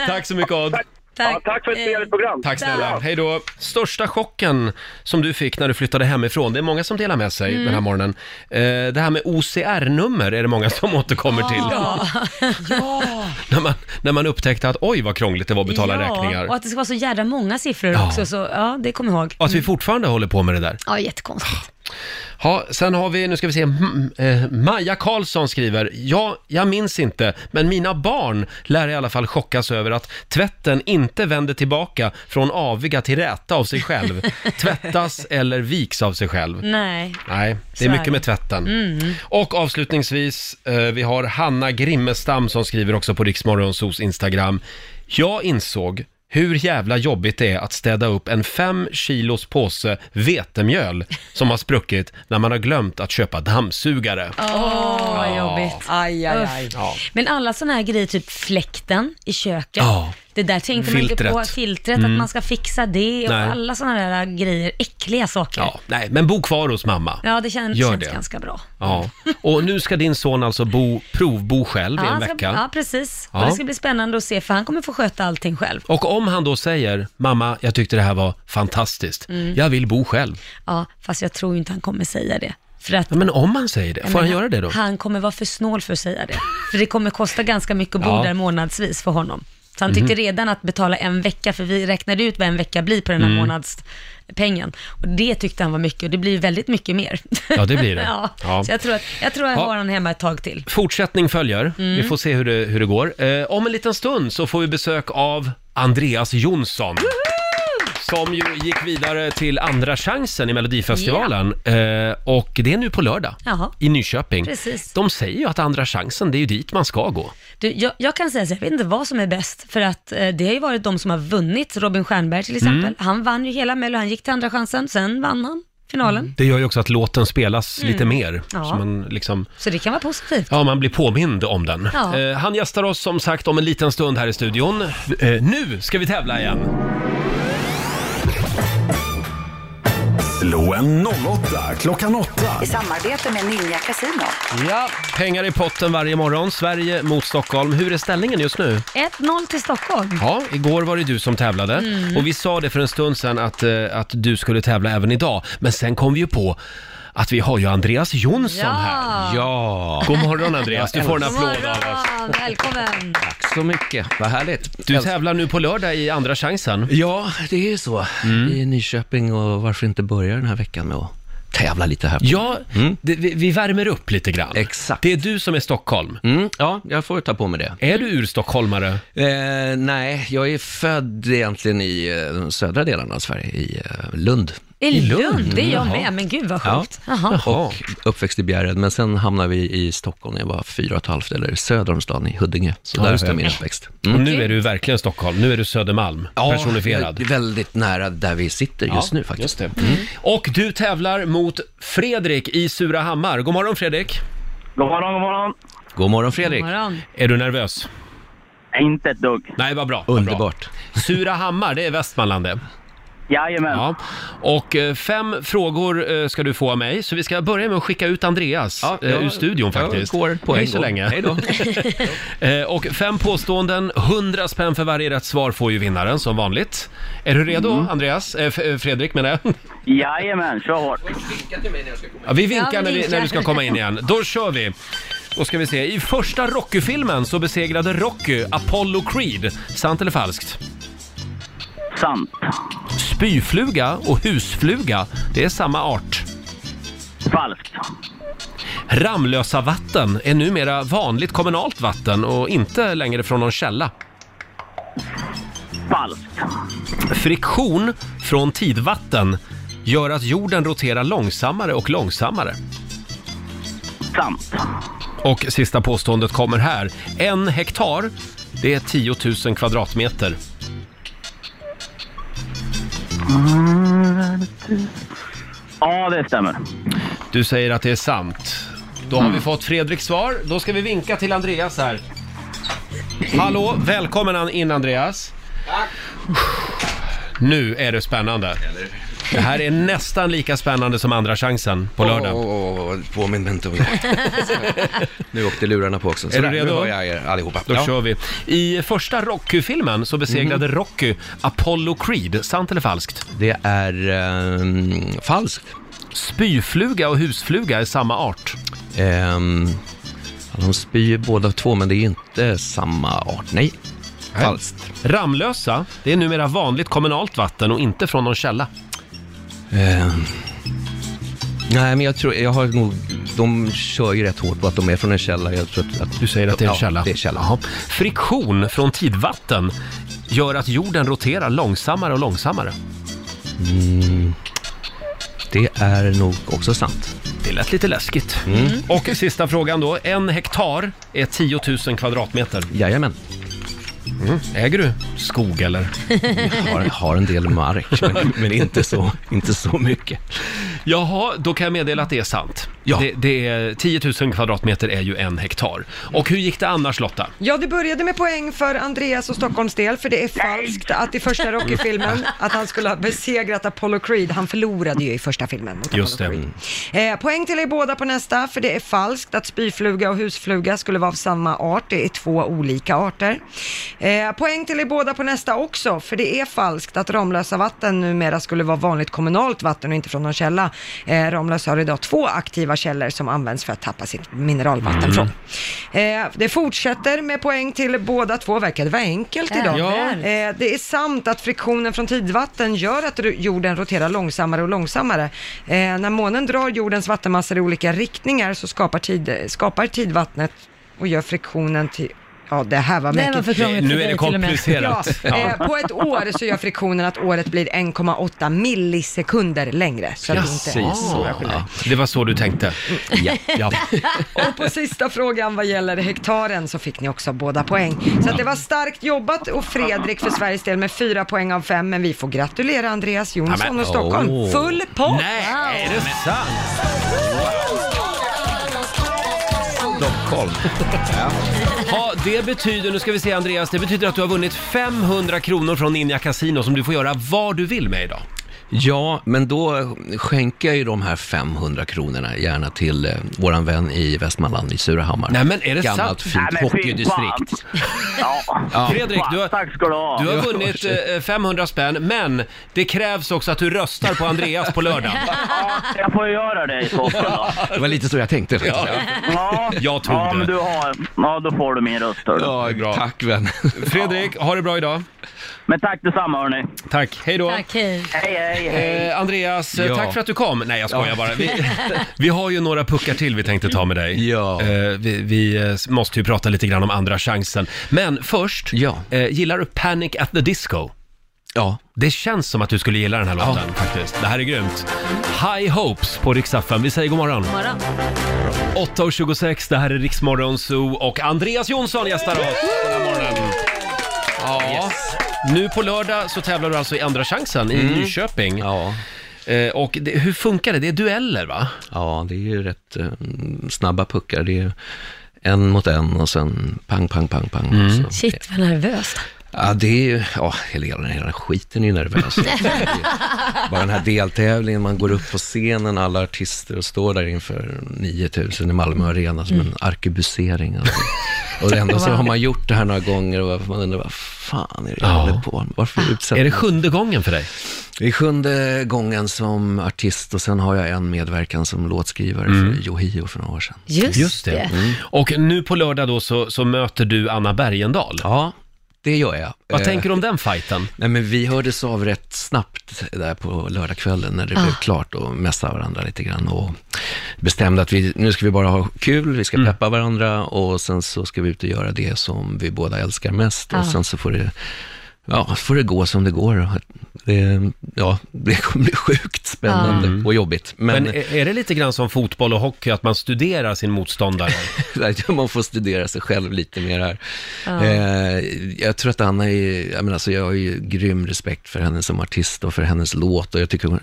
Speaker 1: Tack så mycket Odd.
Speaker 11: Ja, tack för
Speaker 2: Eh,
Speaker 11: ett trevligt program.
Speaker 1: Tack snälla. Hej då. Största chocken som du fick när du flyttade hemifrån, det är många som delar med sig
Speaker 2: Mm.
Speaker 1: den här morgonen. Eh, det här med OCR-nummer är det många som [LAUGHS] återkommer till. [LAUGHS]
Speaker 2: Ja.
Speaker 1: När, man, när man upptäckte att oj vad krångligt det var att betala räkningar.
Speaker 2: och att det ska vara så jädra många siffror
Speaker 1: Ja.
Speaker 2: också, så ja, det kommer jag ihåg.
Speaker 1: Och att vi fortfarande håller på med det där.
Speaker 2: Ja, jättekonstigt.
Speaker 1: Ja, sen har vi, nu ska vi se, mm, eh, Maja Karlsson skriver, ja, jag minns inte, men mina barn lär i alla fall chockas över att tvätten inte vänder tillbaka från aviga till räta av sig själv, tvättas eller viks av sig själv.
Speaker 2: Nej.
Speaker 1: Nej, det
Speaker 2: Så
Speaker 1: är
Speaker 2: är
Speaker 1: mycket
Speaker 2: det. Mm.
Speaker 1: med tvätten. Och avslutningsvis, eh, vi har Hanna Grimmestam som skriver också på Riksmorgonsos Instagram. Jag insåg hur jävla jobbigt det är att städa upp en fem kilos påse vetemjöl som har spruckit när man har glömt att köpa dammsugare.
Speaker 2: Åh, vad jobbigt.
Speaker 3: Aj, aj, aj.
Speaker 2: Men alla sådana här grejer, typ fläkten i köket.
Speaker 1: Ja.
Speaker 2: Det där tänkte man
Speaker 1: Filtret. Mm.
Speaker 2: inte på, filtret, att man ska fixa det och
Speaker 1: Nej.
Speaker 2: alla sådana där grejer, äckliga saker.
Speaker 1: Ja, nej, men bo kvar hos mamma.
Speaker 2: Ja, det känns,
Speaker 1: Gör
Speaker 2: känns
Speaker 1: det.
Speaker 2: ganska bra.
Speaker 1: Ja. Och nu ska din son alltså bo, provbo själv i
Speaker 2: Ja,
Speaker 1: en
Speaker 2: han ska,
Speaker 1: vecka.
Speaker 2: ja, precis.
Speaker 1: Ja.
Speaker 2: Och det ska bli spännande att se, för han kommer få sköta allting själv.
Speaker 1: Och om han då säger, mamma, jag tyckte det här var fantastiskt,
Speaker 2: Mm.
Speaker 1: jag vill bo själv.
Speaker 2: Ja, fast jag tror inte han kommer säga det. För att,
Speaker 1: Ja, men om han säger det, får han
Speaker 2: Men
Speaker 1: göra det då?
Speaker 2: Han kommer vara för snål för att säga det. För det kommer kosta ganska mycket att bo
Speaker 1: Ja. Mhm.
Speaker 2: där månadsvis för honom. Så han tyckte redan att betala en vecka, för vi räknade ut vad en vecka blir på den här
Speaker 1: Mm.
Speaker 2: månadspengen. Och det tyckte han var mycket, och det blir väldigt mycket mer.
Speaker 1: Ja, det blir det.
Speaker 2: [LAUGHS] ja.
Speaker 1: Ja.
Speaker 2: Så jag tror att jag, tror att jag
Speaker 1: Ja.
Speaker 2: har honom hemma ett tag till.
Speaker 1: Fortsättning följer.
Speaker 2: Mm.
Speaker 1: Vi får se hur det, hur det går. Eh, om en liten stund så får vi besök av Andreas Jonsson. Som ju gick vidare till andra chansen i Melodifestivalen. Eh, och det är nu på lördag
Speaker 2: Jaha.
Speaker 1: i Nyköping.
Speaker 2: Precis.
Speaker 1: De säger ju att andra chansen, det är ju dit man ska gå.
Speaker 2: Du, jag, jag kan säga så, jag vet inte vad som är bäst, för att eh, det har ju
Speaker 1: Mm.
Speaker 2: varit de som har vunnit, Robin Stjernberg till exempel. Han vann ju hela Mello, han gick till andra chansen, sen vann han. finalen.
Speaker 1: Det gör ju också att låten spelas lite mer.
Speaker 2: Mm. Ja.
Speaker 1: Så man liksom...
Speaker 2: Så det kan vara positivt.
Speaker 1: Ja, man blir påmind om den.
Speaker 2: Ja.
Speaker 1: Eh, han gästar oss som sagt om en liten stund här i studion. Eh, nu ska vi tävla igen.
Speaker 12: Slå en 08 klockan 8.
Speaker 13: I samarbete med Ninja Casino.
Speaker 1: Ja. Pengar i potten varje morgon. Sverige mot Stockholm. Hur är ställningen just nu?
Speaker 2: 1-0 till Stockholm.
Speaker 1: Ja, igår var det du som tävlade
Speaker 2: Mm.
Speaker 1: och vi sa det för en stund sedan att, eh, att du skulle tävla även idag. Men sen kom vi ju på att vi har ju Andreas Jonsson
Speaker 2: Ja.
Speaker 1: här. Ja! God morgon Andreas, du får en
Speaker 2: God
Speaker 1: applåd av oss.
Speaker 2: morgon, Välkommen.
Speaker 6: Tack så mycket, vad härligt.
Speaker 1: Du tävlar nu på lördag i Andra chansen.
Speaker 6: Ja, det är ju så.
Speaker 1: Mm.
Speaker 6: I Nyköping och varför inte börja den här veckan med att tävla lite här.
Speaker 1: Ja,
Speaker 2: Mm.
Speaker 1: det, vi, vi värmer upp lite grann. Exakt. Det är du som är Stockholm.
Speaker 6: Mm, Ja, jag får ta på mig det.
Speaker 1: Är du urstockholmare?
Speaker 6: Eh, nej, jag är född egentligen i eh, de södra delarna av Sverige, i eh, Lund.
Speaker 2: I Lund, det är jag
Speaker 6: Jaha.
Speaker 2: med. Men gud vad
Speaker 6: Ja,
Speaker 2: sjukt. Jaha.
Speaker 6: och uppväxt i Bjärred, men sen hamnade vi i Stockholm när jag var fyra och ett halvt, eller söder om stan i Huddinge. Så
Speaker 1: Ja,
Speaker 6: där
Speaker 1: just
Speaker 6: är
Speaker 1: det.
Speaker 6: min uppväxt. Mm.
Speaker 1: Och
Speaker 2: Mm.
Speaker 1: nu är du verkligen Stockholm, nu är du Södermalm, personifierad.
Speaker 6: Ja, väldigt nära där vi sitter just
Speaker 1: Ja,
Speaker 6: nu faktiskt. Mm.
Speaker 1: just det. Mm. Och du tävlar mot Fredrik i Surahammar. God morgon Fredrik!
Speaker 14: God morgon, god morgon!
Speaker 6: God morgon Fredrik!
Speaker 1: Är du nervös?
Speaker 14: Inte ett dugg.
Speaker 1: Nej, vad bra.
Speaker 6: [LAUGHS]
Speaker 1: Underbart. Surahammar, det är Västmanland det.
Speaker 14: Jajamän.
Speaker 1: Ja. Och eh, fem frågor eh, ska du få av mig, så vi ska börja med att skicka ut Andreas eh,
Speaker 6: jag-
Speaker 1: ur studion
Speaker 6: jag
Speaker 1: faktiskt.
Speaker 6: går på en
Speaker 1: Hej så
Speaker 6: gång.
Speaker 1: länge.
Speaker 6: Hej då.
Speaker 1: Eh, och fem påståenden, 100 spänn för varje rätt svar får ju vinnaren som vanligt. Är du redo
Speaker 6: Mm.
Speaker 1: Andreas? Eh, F- eh, Fredrik menar jag. [LAUGHS]
Speaker 14: Jajamän, kör hårt.
Speaker 1: Ja, vi vinkar,
Speaker 14: Ja, vi
Speaker 1: när, vi,
Speaker 14: vinkar.
Speaker 1: när du ska komma in igen. Då kör vi! Då ska vi se, i första Rocky-filmen så besegrade Rocky Apollo Creed. Sant eller falskt?
Speaker 14: Sant.
Speaker 1: Spyfluga och husfluga, det är samma art.
Speaker 14: Falskt.
Speaker 1: Ramlösa vatten är numera vanligt kommunalt vatten och inte längre från någon källa.
Speaker 14: Falskt.
Speaker 1: Friktion från tidvatten gör att jorden roterar långsammare och långsammare.
Speaker 14: Sant.
Speaker 1: Och sista påståendet kommer här. En hektar, det är 10 000 kvadratmeter.
Speaker 14: Ja, det stämmer. Mm.
Speaker 1: Du säger att det är sant. Då har vi fått Fredriks svar. Då ska vi vinka till Andreas här. Hallå, välkommen an- in Andreas. Tack. Nu är det spännande. Det här är nästan lika spännande som andra chansen på lördag.
Speaker 6: påminn mig inte om det.
Speaker 1: [LAUGHS]
Speaker 6: Nu åkte lurarna på också. Så
Speaker 1: Är du
Speaker 6: där, Nu
Speaker 1: redo?
Speaker 6: har jag er allihopa.
Speaker 1: Då
Speaker 6: Ja.
Speaker 1: kör vi. I första Rocky-filmen så besegrade Rocky Apollo Creed. Sant eller falskt?
Speaker 6: Det är ehm, falskt.
Speaker 1: Spyfluga och husfluga är samma art.
Speaker 6: Ehm, ja, de spyr båda två, men det är inte samma art. Nej, falskt.
Speaker 1: Ramlösa, det är numera vanligt kommunalt vatten och inte från någon källa.
Speaker 6: Ehm, nej, men jag tror, jag har nog, de kör ju rätt hårt på att de är från en källa. Jag tror att, att,
Speaker 1: du säger att det är en
Speaker 6: ja,
Speaker 1: källa.
Speaker 6: det är en källa.
Speaker 1: Friktion från tidvatten gör att jorden roterar långsammare och långsammare.
Speaker 6: Mm, det är nog också sant.
Speaker 1: Det lät lite läskigt. Och sista frågan då. En hektar är 10 000 kvadratmeter.
Speaker 6: Jajamän.
Speaker 1: Äger du skog eller?
Speaker 6: Jag har, har en del mark, men, men inte, så, inte så mycket.
Speaker 1: Jaha, då kan jag meddela att det är sant. Ja. Det, det är, 10 000 kvadratmeter är ju en hektar. Och hur gick det annars Lotta?
Speaker 3: Ja, det började med poäng för Andreas och Stockholms del, för det är falskt att i
Speaker 1: [LAUGHS]
Speaker 3: första Rocky-filmen att han skulle ha besegrat Apollo Creed. Han förlorade ju i första filmen mot Apollo
Speaker 1: Just
Speaker 3: Creed.
Speaker 1: det.
Speaker 3: Eh, poäng till er båda på nästa, för det är falskt att spyfluga och husfluga skulle vara av samma art. Det är två olika arter. Eh, poäng till er båda på nästa också, för det är falskt att Ramlösa vatten numera skulle vara vanligt kommunalt vatten och inte från någon källa. Eh, Ramlösa har idag två aktiva källor som används för att tappa sitt mineralvatten
Speaker 1: Mm.
Speaker 3: från. Eh, det fortsätter med poäng till båda två, verkar det vara enkelt idag.
Speaker 1: Ja.
Speaker 3: Eh, det är sant att friktionen från tidvatten gör att ru- jorden roterar långsammare och långsammare. Eh, när månen drar jordens vattenmassor i olika riktningar så skapar, tid, skapar tidvattnet och gör friktionen till Ja, det här var
Speaker 2: Det här
Speaker 3: mäckigt.
Speaker 2: var för krångligt för Nu är dig det till och med. komplicerat.
Speaker 3: Ja, eh,
Speaker 2: Ja.
Speaker 3: På ett år så gör friktionen att året blir 1,8 millisekunder längre. Så att det inte är så jag Mm. skiljer.
Speaker 1: Det var så du tänkte? Ja.
Speaker 3: [LAUGHS]
Speaker 1: ja.
Speaker 3: Och på sista frågan vad gäller hektaren så fick ni också båda poäng. Så att det var starkt jobbat och Fredrik för Sveriges del med fyra poäng av fem, men vi får gratulera Andreas
Speaker 1: Ja,
Speaker 3: Jonsson
Speaker 1: men-
Speaker 3: och Stockholm.
Speaker 1: Åh.
Speaker 3: Full pott!
Speaker 1: Nej, är det sant? Stockholm.
Speaker 3: [LAUGHS]
Speaker 1: Ja, det betyder, nu ska vi se Andreas, det betyder att du har vunnit 500 kronor från Ninja Casino som du får göra vad du vill med idag.
Speaker 6: Ja, men då skänker jag ju de här 500 kronorna gärna till eh, våran vän i Västmanland, i Surahammar.
Speaker 1: Nej, men är det
Speaker 6: Gammalt
Speaker 1: sant?
Speaker 6: fint
Speaker 1: Nej, men fy
Speaker 6: hockeydistrikt.
Speaker 1: Ja. Fredrik, du har, du har
Speaker 6: Ja,
Speaker 1: vunnit eh, 500 spänn, men det krävs också att du röstar på Andreas på lördag.
Speaker 14: Jag får göra det i så fall
Speaker 1: [LAUGHS]
Speaker 14: då.
Speaker 6: Det var lite så jag tänkte.
Speaker 1: Ja.
Speaker 14: Ja,
Speaker 1: Jag tog
Speaker 14: ja,
Speaker 1: det.
Speaker 14: men du har, ja, då får du min röst. då.
Speaker 6: Ja, bra. Tack vän.
Speaker 1: [LAUGHS] Fredrik, ha det bra idag.
Speaker 14: Men tack detsamma hörni.
Speaker 1: Tack, hej då.
Speaker 2: Tack, hej.
Speaker 14: hej,
Speaker 1: Eh, Andreas, eh,
Speaker 14: Ja.
Speaker 1: tack för att du kom. Nej, jag skojar
Speaker 14: Ja.
Speaker 1: bara. Vi, vi har ju några puckar till vi tänkte ta med dig. Eh, vi, vi eh, måste ju prata lite grann om andra chansen. Men först, eh, gillar du Panic at the Disco?
Speaker 6: Ja.
Speaker 1: Det känns som att du skulle gilla den här låten faktiskt. Det här är grymt. High Hopes på Riksaffen. Vi säger god morgon.
Speaker 2: God morgon.
Speaker 1: 8.26, det här är Riksmorgon Zoo och Andreas Jonsson gästar oss den här morgonen. Ja. Nu på lördag så tävlar du alltså i Andra chansen i
Speaker 6: Mm.
Speaker 1: Nyköping. Eh, Och det, hur funkar det? Det är dueller va?
Speaker 6: Ja, det är ju rätt eh, snabba puckar. Det är ju en mot en och sen pang, pang, pang, pang.
Speaker 1: Mm.
Speaker 6: Så.
Speaker 2: Shit vad nervös.
Speaker 6: Ja, det är ju, ja, hela, hela den här skiten är
Speaker 15: [LAUGHS]
Speaker 6: ju nervös. Bara den här deltävlingen, man går upp på scenen, alla artister och står där inför 9000 i Malmö Arena som
Speaker 15: Mm.
Speaker 6: en arkebusering. Alltså. Och ändå
Speaker 15: [LAUGHS]
Speaker 6: så
Speaker 15: Wow.
Speaker 6: har man gjort det här några gånger och man undrar vad fan är det jag
Speaker 1: Ja.
Speaker 6: håller på med? Varför utsätter
Speaker 1: Är det
Speaker 6: man-
Speaker 1: sjunde gången för dig?
Speaker 6: Det är sjunde gången som artist och sen har jag en medverkan som låtskrivare
Speaker 1: Mm.
Speaker 6: för Yohio för några år sedan. Mm.
Speaker 1: Och nu på lördag då så, så möter du Anna Bergendahl.
Speaker 6: Ja, det gör jag.
Speaker 1: Vad
Speaker 6: Eh,
Speaker 1: tänker du om den fighten?
Speaker 6: Nej, men vi hördes av rätt snabbt där på lördagskvällen när det
Speaker 1: Ah.
Speaker 6: blev klart och mässade varandra lite grann och bestämde att vi, nu ska vi bara ha kul, vi ska
Speaker 1: Mm.
Speaker 6: peppa varandra och sen så ska vi ut och göra det som vi båda älskar mest
Speaker 15: Ah.
Speaker 6: och sen så får det, ja, får det gå som det går. Det, ja, det kommer bli sjukt spännande
Speaker 1: Ah.
Speaker 6: och jobbigt.
Speaker 1: Men,
Speaker 6: Men,
Speaker 1: är, är det lite grann som fotboll och hockey, att man studerar sin
Speaker 6: [LAUGHS]
Speaker 1: motståndare?
Speaker 6: Mm. man får studera sig själv lite mer här.
Speaker 1: Ja.
Speaker 6: Eh, jag tror att Anna är, jag menar, alltså jag har ju grym respekt för henne som artist och för hennes låt och jag tycker hon,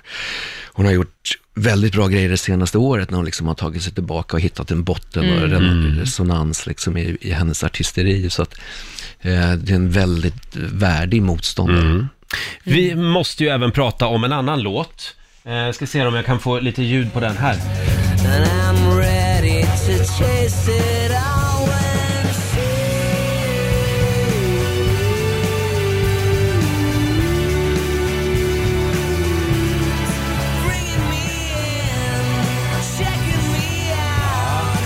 Speaker 6: hon har gjort väldigt bra grejer det senaste året när hon liksom har tagit sig tillbaka och hittat en botten och
Speaker 15: Mm.
Speaker 6: den
Speaker 15: Mm.
Speaker 6: resonans liksom i, i hennes artisteri. Så att eh, det är en väldigt värdig motståndare.
Speaker 1: Vi måste ju även prata om en annan låt. Eh, ska se om jag kan få lite ljud på den här.
Speaker 15: And I'm ready to chase it all and feel. Bringing me in, checking me out,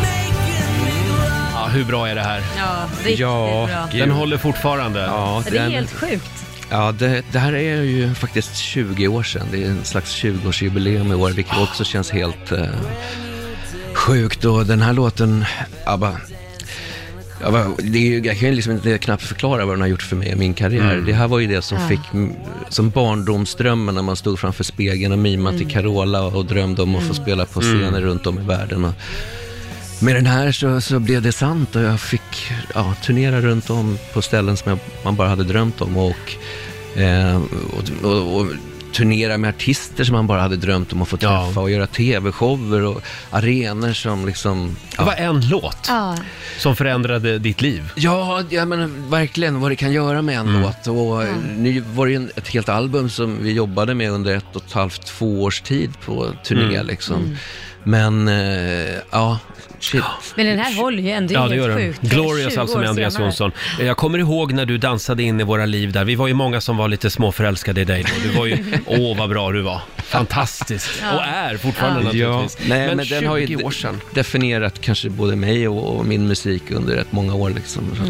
Speaker 15: making me glad.
Speaker 1: Ja, hur bra är det här?
Speaker 2: Ja, riktigt bra.
Speaker 1: den håller fortfarande.
Speaker 6: Ja,
Speaker 2: Det är helt sjukt.
Speaker 6: Ja, det, det här är ju faktiskt 20 år sedan. Det är en slags 20-årsjubileum i år, vilket också känns helt eh, sjukt. Och den här låten, ABBA, Ja, va- det är ju, jag kan ju liksom inte knappt förklara vad den har gjort för mig i min karriär.
Speaker 15: Mm.
Speaker 6: Det här var ju det som
Speaker 15: Ja.
Speaker 6: fick, m- som barndomsdrömmen när man stod framför spegeln och mimade
Speaker 15: Mm.
Speaker 6: till Carola och drömde om att få
Speaker 15: Mm.
Speaker 6: spela på scener
Speaker 15: Mm.
Speaker 6: runt om i världen. Och med den här så, så blev det sant och jag fick ja, turnera runt om på ställen som jag, man bara hade drömt om och, eh, och, och, och turnera med artister som man bara hade drömt om att få träffa och göra tv-shower och arenor som liksom...
Speaker 1: Det var en låt
Speaker 2: Ja.
Speaker 1: som förändrade ditt liv.
Speaker 6: Ja, ja men verkligen vad det kan göra med
Speaker 1: Mm.
Speaker 6: en låt. Och eh, nu var det ju en- ett helt album som vi jobbade med under ett och ett halvt, två års tid på turné
Speaker 1: Mm.
Speaker 6: liksom.
Speaker 2: Mm.
Speaker 6: Men, eh, ja, shit.
Speaker 2: Men den här håller ju ändå, det är
Speaker 1: det
Speaker 2: helt
Speaker 1: gör den.
Speaker 2: sjukt.
Speaker 1: Glorious
Speaker 2: 20
Speaker 1: alltså
Speaker 2: år
Speaker 1: med Andreas
Speaker 2: senare.
Speaker 1: Jonsson. Jag kommer ihåg när du dansade in i våra liv där. Vi var ju många som var lite småförälskade i dig då. Du var ju,
Speaker 2: [LAUGHS]
Speaker 1: åh vad bra du var. Fantastiskt.
Speaker 6: Ja.
Speaker 1: Och är fortfarande naturligtvis.
Speaker 6: Nej, men, den har ju
Speaker 1: 20 år sedan.
Speaker 6: definierat kanske både mig och, och min musik under rätt många år liksom. Så att-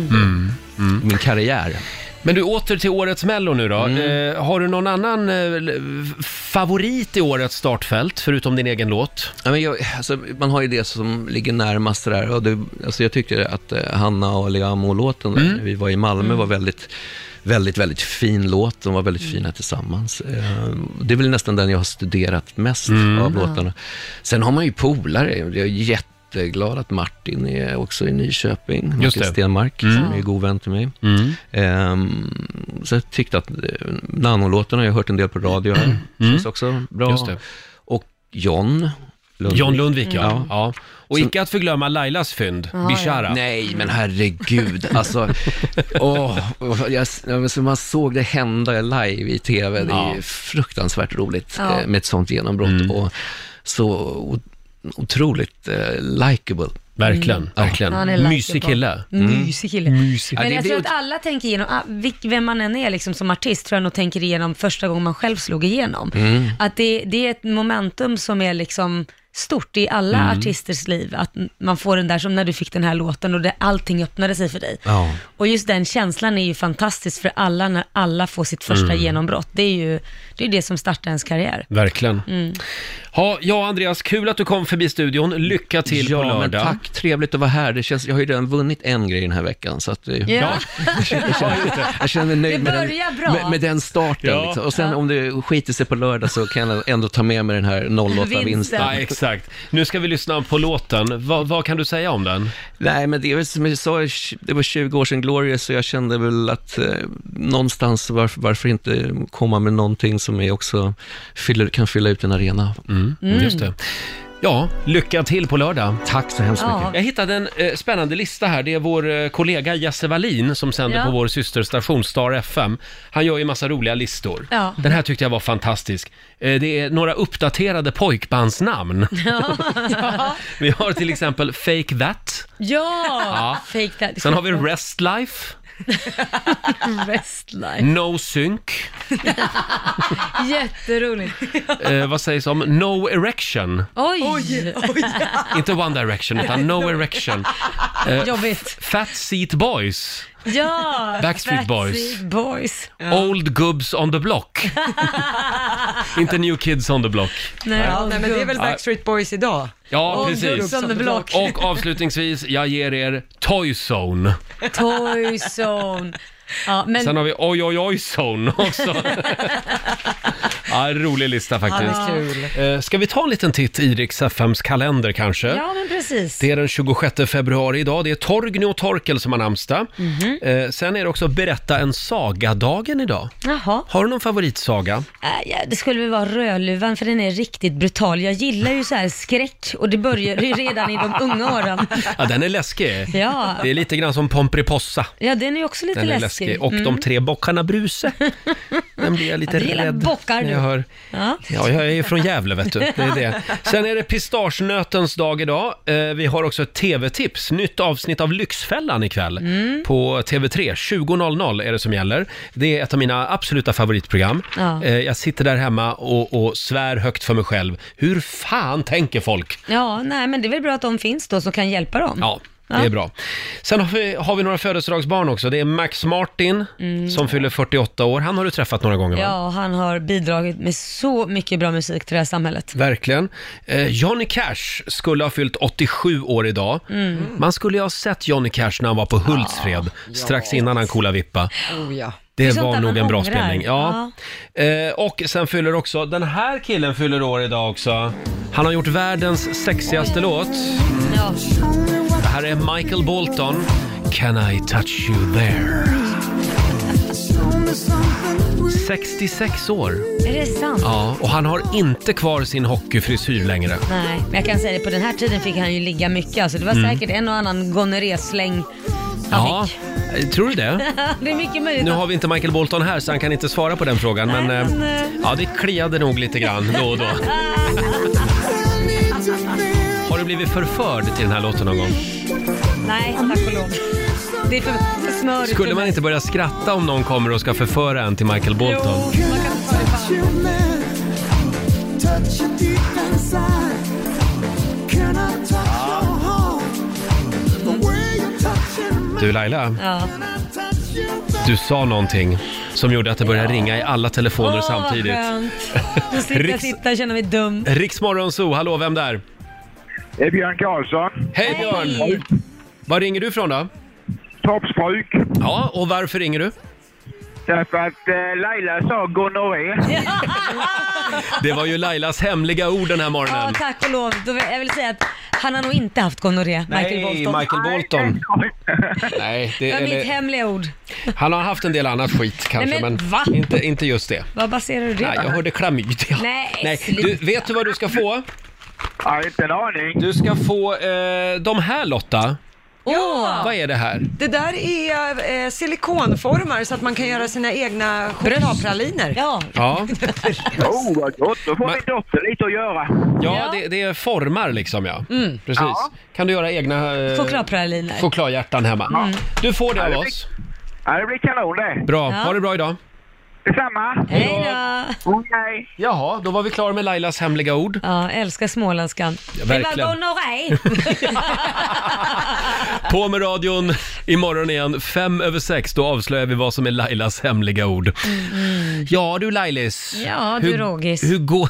Speaker 1: Mm.
Speaker 6: Min karriär.
Speaker 1: Men du, åter till årets Mello nu då. Eh, har du någon annan eh, l- favorit i årets startfält, förutom din egen låt?
Speaker 6: Ja, men jag, alltså, man har ju det som ligger närmast sådär. Och det, alltså, jag tyckte att eh, Hanna och Leamo-låten, där,
Speaker 1: Mm.
Speaker 6: när vi var i Malmö,
Speaker 1: Mm.
Speaker 6: var väldigt, väldigt, väldigt fin låt. De var väldigt fina tillsammans. Eh, Det är väl nästan den jag har studerat mest
Speaker 1: Mm.
Speaker 6: av
Speaker 1: Ja.
Speaker 6: låtarna. Sen har man ju polare. Jag är jätteglad att Martin är också i Nyköping. Martin
Speaker 1: Just det.
Speaker 6: Stenmark,
Speaker 1: Mm.
Speaker 6: som är god vän till mig.
Speaker 1: Mm.
Speaker 6: Ehm, så jag tyckte att eh, Nanolåtarna, jag har hört en del på radio här, känns också bra.
Speaker 1: Mm. Just det.
Speaker 6: Och John Lundvik.
Speaker 1: John Lundvik, Mm. ja.
Speaker 6: Ja.
Speaker 1: ja. Och icke att förglömma Lailas fynd,
Speaker 6: Ja,
Speaker 1: Bishara.
Speaker 6: ja. Nej, men herregud, alltså. Åh, jag, jag, men så man såg det hända live i tv, det är
Speaker 1: Ja. Mm.
Speaker 6: ju fruktansvärt roligt
Speaker 1: Ja.
Speaker 6: eh, med ett sånt genombrott. Och så o- otroligt eh, likeable.
Speaker 1: Verkligen, verkligen.
Speaker 2: Han är likeable.
Speaker 6: Mm.
Speaker 2: Mysig kille. Men jag tror att alla tänker igenom, ah, vilk- vem man än är liksom som artist, tror jag nog tänker igenom första gången man själv slog igenom.
Speaker 15: Mm.
Speaker 2: Att det, det är ett momentum som är liksom stort i alla
Speaker 15: Mm.
Speaker 2: artisters liv, att n- man får den där som när du fick den här låten och det, allting öppnade sig för dig.
Speaker 15: Ja.
Speaker 2: Och just den känslan är ju fantastisk för alla när alla får sitt första
Speaker 1: Mm.
Speaker 2: genombrott. Det är ju det, är det som startar ens karriär.
Speaker 1: Verkligen.
Speaker 2: Mm.
Speaker 1: Ha, ja, Andreas, kul att du kom förbi studion. Lycka till
Speaker 6: ja,
Speaker 1: på lördag.
Speaker 6: men tack, trevligt att vara här. Det känns, jag har ju redan vunnit en grej den här veckan, så att, eh, [LAUGHS]
Speaker 2: Ja.
Speaker 6: Jag känner mig nöjd med
Speaker 2: börjar
Speaker 6: den,
Speaker 2: bra.
Speaker 6: med, med den starten.
Speaker 1: Ja.
Speaker 6: Liksom. Och sen om det skiter sig på lördag så kan jag ändå ta med mig den här 08-vinsten.
Speaker 1: Ja, exakt. Nu ska vi lyssna på låten. Vad, vad kan du säga om den?
Speaker 6: Nej, men det är väl som jag sa, det var 20 år sedan Glorious, så jag kände väl att eh, någonstans, varför, varför inte komma med någonting som är också fyller, kan fylla ut en arena.
Speaker 1: Mm. just det. Ja, lycka till på lördag.
Speaker 6: Tack så hemskt mycket.
Speaker 1: Jag hittade en eh, spännande lista här. Det är vår eh, kollega Jesse Wallin som sänder
Speaker 2: Ja.
Speaker 1: på vår systerstation Star FM. Han gör ju massa roliga listor.
Speaker 2: Ja.
Speaker 1: Den här tyckte jag var fantastisk. Eh, det är några uppdaterade pojkbandsnamn. [LAUGHS]
Speaker 2: ja.
Speaker 1: Vi har till exempel Fake That. Ja.
Speaker 2: ja. fake that.
Speaker 1: Sen har
Speaker 2: [LAUGHS]
Speaker 1: vi Rest Life,
Speaker 2: Westlife.
Speaker 1: No Sync,
Speaker 2: Jätteroligt.
Speaker 1: eh, vad sägs om No Erection?
Speaker 2: Oj! oj,
Speaker 1: Inte One Direction, utan No Erection. Eh,
Speaker 2: Jobbigt.
Speaker 1: Fat Seat Boys.
Speaker 2: Ja!
Speaker 1: [LAUGHS] Backstreet Boys.
Speaker 2: Boys.
Speaker 1: Old Gubbs on the Block. Inte New Kids on the Block.
Speaker 3: Nej, ja, nej, men det är väl Backstreet Boys idag?
Speaker 1: Ja,
Speaker 3: Old
Speaker 1: precis.
Speaker 3: Gubbs on the Block.
Speaker 1: Och avslutningsvis, jag ger er Toy Zone.
Speaker 2: Toy Zone. Ja, men...
Speaker 1: Sen har vi Oj Oj Oj Zone också. ja, en rolig lista faktiskt.
Speaker 2: Ja, det är
Speaker 1: Eh, Ska vi ta en liten titt i Rix FMs kalender kanske?
Speaker 2: Ja, men precis.
Speaker 1: Det är den 26 februari idag. Det är Torgny och Torkel som har namnsdag.
Speaker 2: Mhm.
Speaker 1: Eh, sen är det också berätta en saga-dagen idag.
Speaker 2: Jaha.
Speaker 1: Har du någon favoritsaga?
Speaker 2: Äh, ja, det skulle väl vara Rödluvan för den är riktigt brutal. Jag gillar ju så här skräck och det börjar ju redan i de unga
Speaker 1: [LAUGHS]
Speaker 2: åren.
Speaker 1: Ja, den är läskig.
Speaker 2: Ja.
Speaker 1: Det är lite grann som Pomperipossa.
Speaker 2: Ja, den är ju också lite
Speaker 1: Den är
Speaker 2: läskig. Mm.
Speaker 1: läskig. Och de tre bockarna Bruse. Den blir jag lite
Speaker 2: Ja, du gillar
Speaker 1: rädd
Speaker 2: bockar
Speaker 1: när
Speaker 2: du.
Speaker 1: jag hör.
Speaker 2: Ja.
Speaker 1: Ja, jag är från Gävle vet du. Det är det. Sen är det pistagenötens dag idag. Eh, Vi har också ett tv-tips. Nytt avsnitt av Lyxfällan ikväll
Speaker 2: Mm.
Speaker 1: på TV3. 20.00 är det som gäller. Det är ett av mina absoluta favoritprogram.
Speaker 2: Ja.
Speaker 1: Eh, Jag sitter där hemma och, och svär högt för mig själv. Hur fan tänker folk?
Speaker 2: Ja, nej men det är väl bra att de finns då som kan hjälpa dem.
Speaker 1: Ja. Det är
Speaker 2: Ja.
Speaker 1: bra. Sen har vi, har vi några födelsedagsbarn också. Det är Max Martin
Speaker 2: Mm.
Speaker 1: som fyller 48 år. Han har du träffat några gånger va?
Speaker 2: Ja, och han har bidragit med så mycket bra musik till det här samhället.
Speaker 1: Verkligen. Eh, Johnny Cash skulle ha fyllt 87 år idag.
Speaker 2: Mm.
Speaker 1: Man skulle ju ha sett Johnny Cash när han var på Hultsfred, strax innan han kola vippa.
Speaker 3: Oh, ja.
Speaker 1: Det,
Speaker 3: Det är sånt
Speaker 1: var
Speaker 3: där
Speaker 1: nog
Speaker 3: man
Speaker 1: en bra
Speaker 3: ångrar.
Speaker 1: spelning. Ja. Eh, och sen fyller också, den här killen fyller år idag också. Han har gjort världens sexigaste låt.
Speaker 2: Ja.
Speaker 1: Det här är Michael Bolton. Can I touch you there? 66 år.
Speaker 2: Är det sant?
Speaker 1: Ja, och han har inte kvar sin hockeyfrisyr längre.
Speaker 2: Nej, men jag kan säga det, på den här tiden fick han ju ligga mycket. Alltså, det var
Speaker 1: Mm.
Speaker 2: säkert en och annan gonorrésläng.
Speaker 1: Ja, tror du det?
Speaker 2: [LAUGHS] det är mycket möjligt.
Speaker 1: Nu
Speaker 2: att-
Speaker 1: har vi inte Michael Bolton här så han kan inte svara på den frågan men,
Speaker 2: men,
Speaker 1: eh,
Speaker 2: eh,
Speaker 1: ja det kliade nog lite grann då och då. Har du blivit förförd till den här låten någon gång?
Speaker 2: Nej, tack och lov. Det är för, för smörigt.
Speaker 1: Skulle man inte börja skratta om någon kommer och ska förföra en till Michael Bolton?
Speaker 2: Jo, man kan inte ta det fan.
Speaker 1: Du Laila,
Speaker 2: Ja.
Speaker 1: Du sa någonting som gjorde att det började ringa i alla telefoner
Speaker 2: Åh,
Speaker 1: samtidigt.
Speaker 2: skönt. Då slipper jag
Speaker 1: Riks-
Speaker 2: sitta och känna mig dum.
Speaker 1: Riksmorgon Zoo, hallå, vem där? Det är Björn Karlsson. Hej Björn!
Speaker 2: Hej.
Speaker 1: Var ringer du från då? Toppsbruk. Ja, och varför ringer du?
Speaker 16: Därför att eh, Laila sa gonorré.
Speaker 1: Det var ju Lailas hemliga ord den här
Speaker 2: Ja,
Speaker 1: morgonen.
Speaker 2: tack och lov. Då vill, jag vill säga att han har nog inte haft gonorré, Michael Bolton.
Speaker 1: Bolton. Nej, det
Speaker 2: Det var
Speaker 1: är...
Speaker 2: mitt hemliga ord.
Speaker 1: Han har haft en del annat skit kanske,
Speaker 2: Nej, men
Speaker 1: men,
Speaker 2: va?
Speaker 1: inte, inte just det.
Speaker 2: Vad baserar du det
Speaker 1: Nej, jag hörde klamydia.
Speaker 2: Nej,
Speaker 1: Du,
Speaker 2: sluta.
Speaker 1: vet du vad du ska få? Jag har inte en aning. Du ska få eh, de här Lotta.
Speaker 3: Ja.
Speaker 1: Vad är det här?
Speaker 3: Det där är eh, silikonformar så att man kan göra sina egna chokladpraliner.
Speaker 2: Ja.
Speaker 1: Ja,
Speaker 16: oh, vad gott. Då får min dotter lite att göra.
Speaker 1: ja det, det är formar liksom ja.
Speaker 16: Mm.
Speaker 1: Precis.
Speaker 16: Ja.
Speaker 1: Kan du göra egna eh,
Speaker 2: Chokladpraliner.
Speaker 1: chokladhjärtan hemma?
Speaker 2: Mm.
Speaker 1: Du får det
Speaker 16: Ja,
Speaker 1: av
Speaker 16: det
Speaker 1: oss.
Speaker 16: Ja, det blir kanon det.
Speaker 1: Bra,
Speaker 16: Ja.
Speaker 1: ha det bra idag.
Speaker 16: Detsamma.
Speaker 2: Hej då!
Speaker 16: Hej.
Speaker 1: Jaha, då var vi klara med Lailas hemliga ord.
Speaker 2: Ja, älskar småländskan.
Speaker 1: Ja,
Speaker 2: Det
Speaker 1: verkligen. [LAUGHS]
Speaker 2: var gonorré. [LAUGHS]
Speaker 1: På med radion imorgon igen, fem över sex. Då avslöjar vi vad som är Lailas hemliga ord. Ja du Lailis.
Speaker 2: Mm. Ja, du
Speaker 1: Hur-
Speaker 2: Rogis.
Speaker 1: Hur går...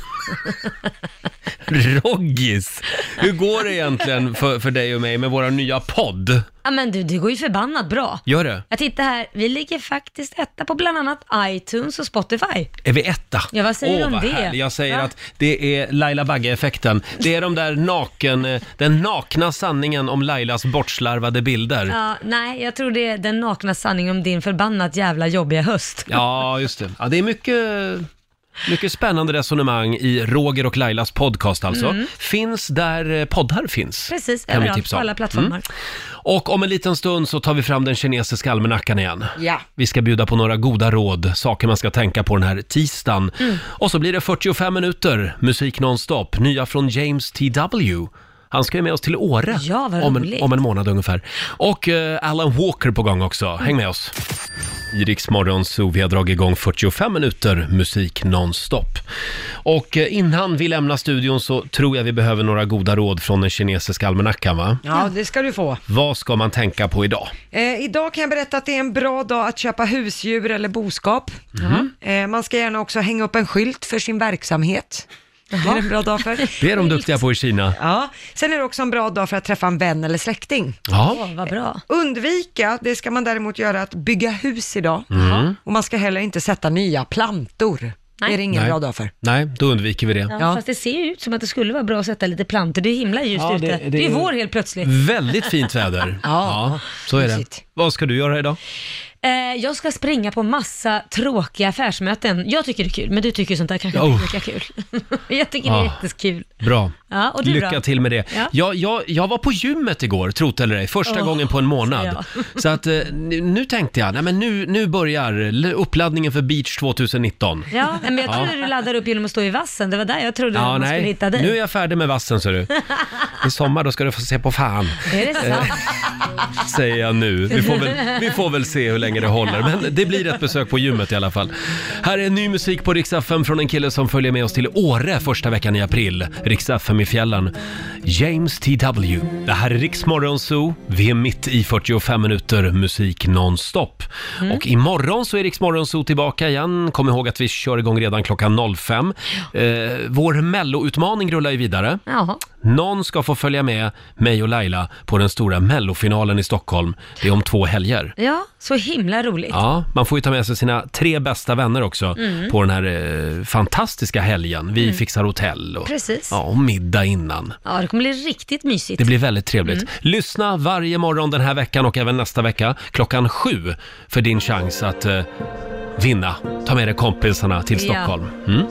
Speaker 1: [LAUGHS] Roggis! Hur går det egentligen för, för dig och mig med våra nya podd?
Speaker 2: Ja men du, det går ju förbannat bra.
Speaker 1: Gör det?
Speaker 2: Jag tittar här, vi ligger faktiskt etta på bland annat iTunes och Spotify.
Speaker 1: Är vi etta?
Speaker 2: Ja, vad säger du
Speaker 1: Åh,
Speaker 2: om det?
Speaker 1: härligt. Jag säger att det är Laila Bagge-effekten. Det är de där naken, eh, den nakna sanningen om Lailas bortslarvade bilder. Ja,
Speaker 2: Ja, nej, jag tror det är den nakna sanningen om din förbannat jävla jobbiga höst.
Speaker 1: just det. Ja, det är mycket, mycket spännande resonemang i Roger och Lailas podcast alltså.
Speaker 2: Mm.
Speaker 1: Finns där eh, poddar finns.
Speaker 2: Precis,
Speaker 1: kan vi
Speaker 2: överallt,
Speaker 1: tipsa
Speaker 2: på
Speaker 1: om.
Speaker 2: alla plattformar.
Speaker 1: Mm. Och om en liten stund så tar vi fram den kinesiska almanackan igen.
Speaker 2: Ja.
Speaker 1: Vi ska bjuda på några goda råd, saker man ska tänka på den här tisdagen.
Speaker 2: Mm.
Speaker 1: Och så blir det 45 minuter musik nonstop, nya från James T.W. Han ska ju med oss till Åre
Speaker 2: Ja, vad
Speaker 1: om, en,
Speaker 2: roligt.
Speaker 1: om en månad ungefär. Och eh, Alan Walker på gång också.
Speaker 2: Mm.
Speaker 1: Häng med oss. I Rix Morgon Zoo, vi har dragit igång 45 minuter musik nonstop. Och eh, innan vi lämnar studion så tror jag vi behöver några goda råd från den kinesiska almanackan va?
Speaker 3: Ja, det ska du få.
Speaker 1: Vad ska man tänka på idag?
Speaker 3: Eh, idag kan jag berätta att det är en bra dag att köpa husdjur eller boskap.
Speaker 1: Mhm.
Speaker 3: Eh, man ska gärna också hänga upp en skylt för sin verksamhet. Det är en bra
Speaker 1: [LAUGHS]
Speaker 3: dag för.
Speaker 1: Det är de duktiga på i Kina.
Speaker 3: Ja, sen är det också en bra dag för att träffa en vän eller släkting.
Speaker 1: Ja.
Speaker 2: Åh, vad bra.
Speaker 3: Undvika, det ska man däremot göra, att bygga hus idag.
Speaker 1: Mm.
Speaker 3: Och man ska heller inte sätta nya plantor. Det är det ingen
Speaker 1: Nej.
Speaker 3: bra dag för.
Speaker 1: Nej, då undviker vi det.
Speaker 2: Ja, Fast det ser ju ut som att det skulle vara bra att sätta lite plantor. Det är himla ljust
Speaker 1: Ja, det-
Speaker 2: ute. Det,
Speaker 1: det
Speaker 2: är Mm. ju
Speaker 1: är-
Speaker 2: vår helt plötsligt.
Speaker 1: Väldigt fint väder.
Speaker 2: [LAUGHS] Ja.
Speaker 1: så är det.
Speaker 2: Mysigt.
Speaker 1: Vad ska du göra idag?
Speaker 2: Eh, jag ska springa på massa tråkiga affärsmöten. Jag tycker det är kul, men du tycker sånt där kanske
Speaker 1: Ja,
Speaker 2: inte är
Speaker 1: usch.
Speaker 2: lika kul. [LAUGHS] jag tycker det
Speaker 1: Ah.
Speaker 2: är jättekul.
Speaker 1: Bra.
Speaker 2: Ja, och du
Speaker 1: Lycka
Speaker 2: då?
Speaker 1: till med det.
Speaker 2: Ja.
Speaker 1: Jag, jag, jag var på gymmet igår, trot eller ej, första
Speaker 2: Åh,
Speaker 1: gången på en månad.
Speaker 2: ja. [LAUGHS]
Speaker 1: Så att eh, nu, nu tänkte jag, nej men nu, nu börjar l- uppladdningen för Beach 2019.
Speaker 2: Ja, men jag
Speaker 1: Ja.
Speaker 2: trodde du laddade upp genom att stå i vassen. Det var där jag trodde att man skulle hitta dig.
Speaker 1: nu är jag färdig med vassen
Speaker 2: [LAUGHS]
Speaker 1: ser du. I sommar då ska du få se på fan.
Speaker 2: Är
Speaker 1: [LAUGHS]
Speaker 2: det sant?
Speaker 1: säger jag nu. Vi får, väl, vi får väl se hur länge det håller. Men det blir ett besök på gymmet i alla fall. Här är ny musik på Rix FM från en kille som följer med oss till Åre första veckan i april. Rix FM i fjällen. James T.W. Det här är Rix Morgon Zoo. Vi är mitt i 45 minuter musik nonstop. Och imorgon så är Rix Morgon Zoo tillbaka igen. Kom ihåg att vi kör igång redan klockan 05. Eh, vår melloutmaning rullar ju vidare.
Speaker 2: Jaha.
Speaker 1: Någon ska få följa med mig och Laila på den stora mellofinalen i Stockholm. Det är om två helger.
Speaker 2: Ja, så himla roligt.
Speaker 1: Ja, man får ju ta med sig sina tre bästa vänner också
Speaker 2: Mm.
Speaker 1: på den här eh, fantastiska helgen. Vi
Speaker 2: Mm.
Speaker 1: fixar hotell och,
Speaker 2: Precis.
Speaker 1: ja, och middag innan.
Speaker 2: Ja, det kommer bli riktigt mysigt.
Speaker 1: Det blir väldigt trevligt.
Speaker 2: Mm.
Speaker 1: Lyssna varje morgon den här veckan och även nästa vecka klockan sju för din chans att eh, vinna. Ta med dig kompisarna till
Speaker 2: Ja.
Speaker 1: Stockholm. Mm.